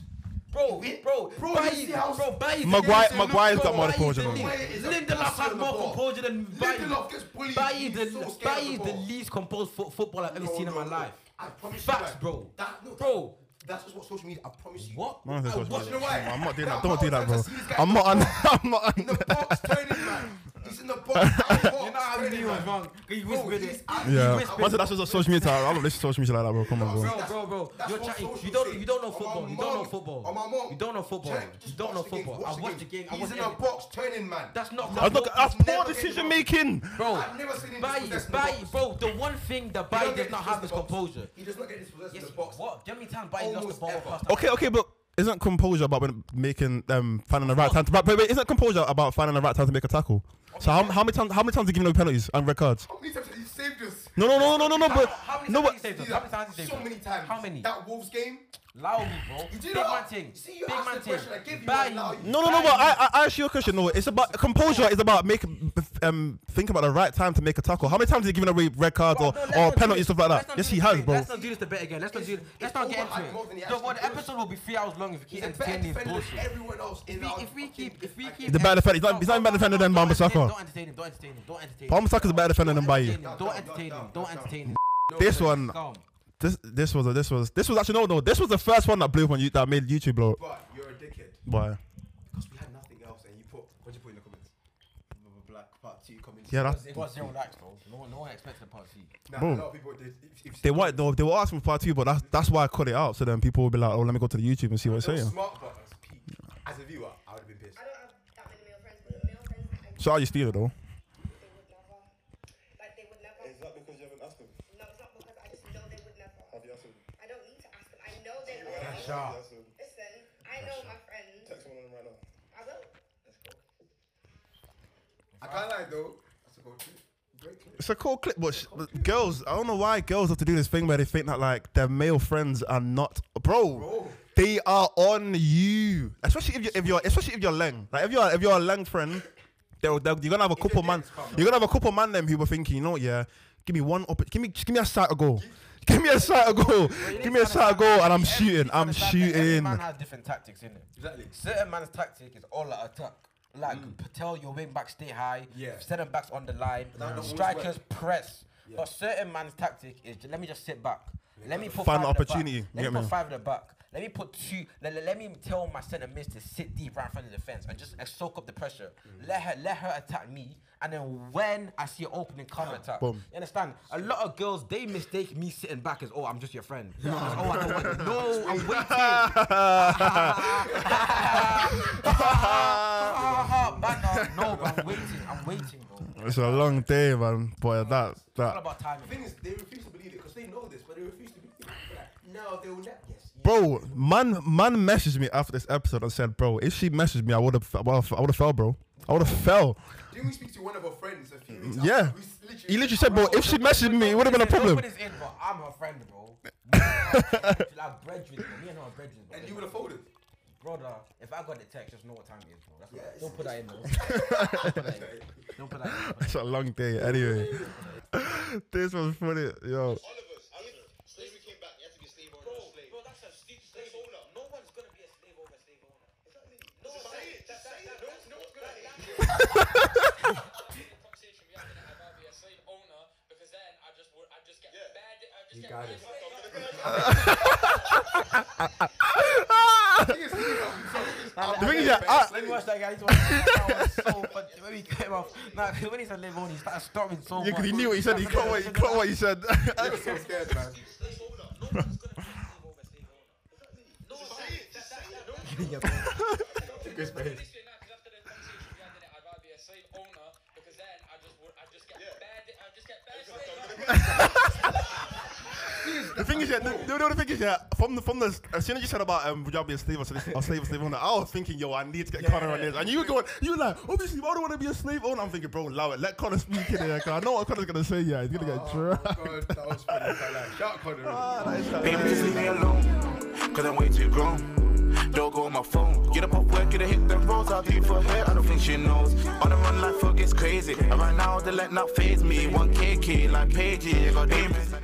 S4: Bro, bro,
S3: Bro,
S4: Baye-
S3: you see how-
S4: bro, Baye's in
S14: Maguire-
S4: there,
S14: Maguire's
S4: bro,
S14: got more
S4: Baye's
S14: composure
S4: in
S14: than
S4: there.
S14: him.
S4: Lindelof has
S3: on the
S4: more
S3: ball.
S4: composure than Baye.
S3: Lindelof gets bullied.
S4: Baye
S3: He's
S4: the,
S3: so scared
S4: Baye
S3: of the
S4: is
S3: ball.
S4: the least composed fo- football I've ever seen in my life.
S3: I promise you,
S4: Facts,
S3: guys,
S4: bro.
S3: That, no,
S4: bro.
S3: That's just what social media. I promise you.
S4: What?
S14: No, that's
S3: I
S14: what-
S3: watch- you know why?
S14: I'm not doing that.
S3: There are
S14: Don't do that,
S3: times I
S14: bro.
S3: see this guy
S14: I'm
S3: in
S14: not.
S3: the
S14: Un-
S3: box.
S14: I'm not.
S3: In the box, turning man. He's in in the box. out the
S4: You know
S3: box,
S4: how
S3: spread
S4: I knew
S3: it,
S4: it was
S3: man.
S4: wrong. 'Cause you
S3: Bro,
S4: whispered
S3: he's
S4: it.
S3: actually
S2: Yeah,
S3: whispered
S2: once
S3: it.
S2: that's just social media. I don't listen to social media like that, bro. Come on, bro.
S4: Bro, bro, bro. You're chatting. You don't, you don't know football. You don't know football. You don't know football. You don't know football. I watched the game. I
S3: He's
S4: watched
S3: in a
S4: everything.
S3: box turning, man.
S4: That's not.
S3: That's
S4: football.
S3: not- that's poor decision making.
S4: Bro,
S3: I've never seen him
S4: Bailly,
S3: dispossessed in the
S4: Bailly, bro. The one thing that Bailly
S3: don't
S4: does
S3: get
S4: not have is composure.
S3: He does not get dispossessed in
S4: Yes,
S3: the box.
S4: What? How many times Bailly lost the
S3: Almost
S4: ball?
S3: ever.
S4: past-
S2: Okay, okay, but isn't composure about when making um finding the right time? To, but wait, wait, isn't composure about finding the right time to make a tackle? So how, how many times how many times are you giving away penalties and red cards?
S3: How many times have you saved us?
S2: No, no, no, no, no, no, but
S3: How many
S2: no,
S3: times
S2: but
S3: have you saved us? How many times have you saved us? So many times. How many? That Wolves game.
S4: Lowry, bro.
S3: You
S4: Big
S3: did not.
S4: man thing.
S3: See, you
S4: Big
S3: asked
S4: man
S3: the
S4: thing.
S3: question. I gave you
S4: Bailly.
S3: one. Now you
S2: no, no, no, but I, I I asked you a question. No, it's about composure. It's about making um think about the right time to make a tackle. How many times are you giving away red cards or, or penalties stuff like that? Yes, he has, bro.
S4: Let's not do this debate again. Let's not do. Let's not get
S3: overhyped
S4: into
S3: more than he
S4: it. No,
S3: actually
S4: but the episode will be three hours long if we keep
S3: He's a better
S4: entertaining this
S3: defender
S4: bullshit.
S3: than everyone else in
S4: If we,
S3: our
S4: if we keep, if we keep,
S2: He's a better defender. He's not, he's not even better defender than Bamba Saka.
S4: Don't entertain him. Don't entertain him. Don't entertain him.
S2: Bamba Saka's a better defender than Bailly.
S4: Don't entertain him. Don't entertain him.
S2: This one,
S4: Calm.
S2: this this was a, this was this was actually no no this was the first one that blew up on you that made YouTube blow. up.
S3: But you're a dickhead.
S2: Why?
S3: Because we had nothing else, and you put what did you put in the comments? Blah, blah, blah, Black part two comments.
S2: Yeah, that's-
S4: It was zero likes, bro. No one, no one expected a part C.
S3: Nah,
S2: Bro.
S3: a lot of people did. If, if
S2: They wanted no, they were asking for part two, but that's that's why I cut it out. So then people would be like, oh, let me go to the YouTube and see what it's
S3: they were
S2: saying.
S3: smart, but as, peak. as a viewer, I would have been pissed.
S2: So are you steal it though?
S5: Is that because you haven't asked them? No, it's not because I just know they would never. Have you asked them?
S15: I don't need to ask them. I know they will.
S5: Cash
S2: Ah.
S5: out.
S15: Listen, I know my friends.
S5: Text one of them right now.
S15: I will.
S3: I can't lie though. That's a goal too. Great clip.
S2: It's a cool clip, but, sh- but girls, I don't know why girls have to do this thing where they think that like their male friends are not, bro. They are on you, especially if you if you're especially if you're leng. Like if you're if you're a leng friend, they'll, they'll, you're gonna have a couple man. You're gonna have a couple man them who were thinking, you know, what, yeah, give me one up, give me just give me a sight of goal, give me a sight of goal, give me a sight of goal, and I'm shooting, I'm
S4: Every
S2: shooting.
S4: man has different tactics in it. Exactly. Certain man's tactic is all out attack. Like Patel, your wing back stay high.
S3: Mm. Yeah.
S4: Center backs on the line.
S3: That don't always
S4: Strikers
S3: work.
S4: press.
S3: Yeah.
S4: But certain man's tactic is ju- let me just sit back. Let me put five
S2: Find the
S4: in
S2: opportunity,
S4: back.
S2: you
S4: Let
S2: get
S4: me
S2: me?
S4: put five in the back. Let me put two. Let, let, let me tell my centre mids to sit deep right in front of the defense and just uh, soak up the pressure.
S3: Mm.
S4: Let her let her attack me, and then when I see an opening, counter attack.
S2: Boom.
S4: You understand? A lot of girls they mistake me sitting back as oh I'm just your friend. That's all I don't want. No, I'm waiting. Man, no, no, but I'm waiting. I'm waiting, bro.
S2: It's a long day, man. Boy, that
S4: All
S2: that
S4: about timing.
S3: The thing is, they refuse to believe it because they know this, but they refuse to believe it. They're Like, no, they will not. Yes.
S2: Bro, man, man messaged me after this episode and said, "Bro, if she messaged me, I would have, I would have fell, bro. I would have fell."
S3: Didn't we speak to one of our friends a few weeks?
S2: Yeah,
S3: after? We s- literally
S2: he literally said, "Bro, if she messaged me, it would have been a problem."
S4: Nobody's in, but I'm her friend, bro. Me and her are brethren, like brethren, bro. Me and her are brethren, bro.
S3: And you would have folded.
S4: Brother, if I got the text, just know what time it is, bro. That's
S3: Yeah,
S4: all.
S3: it's-
S4: Don't put that in, bro. Don't put that in. Don't put that in.
S2: it's a long day, anyway. this was funny, yo.
S13: Slavery came back, you had to be a slave owner.
S16: Bro,
S13: slave.
S16: bro, that's a slave, slave owner. No one's gonna be a slave over a slave owner. No one's gonna be
S13: Conversation we had in it about being a slave owner because then I just would, I just get bad, I just
S3: You
S13: get
S3: got
S13: bad.
S3: it.
S2: The thing is, yeah, I-
S4: Let me watch that guy. He's watching that guy. so funny. When he came off, nah, when he said live on, he started storming so
S2: Yeah,
S4: much.
S2: 'cause he knew what he said. He caught what he caught what he said.
S3: I was so scared, man. Chris Bates.
S13: I'd rather be a slave owner because then I just would, I just get bad, I just get bad.
S2: the thing is, yeah, the, no, no, the thing is, yeah, from the from the as soon as you said about um, would y'all be a slave or slave, or slave, or slave owner, I was thinking, yo, I need to get Connor on this, and you were going, you were like, obviously, I don't want to be a slave owner. I'm thinking, bro, allow it, let Connor speak in there, 'cause I know what Connor's gonna say. Yeah, he's gonna get dragged.
S3: God, that was funny. I can't lie. Shout out Connor.
S11: Baby, just leave me alone, cause I'm way too grown. Don't go on my phone. Get up off work, get a hit them rolls. I'll do for her, I don't think she knows. On the run, life gets crazy. And right now, they let not phase me. 1KK, like Paige, yeah, got demons.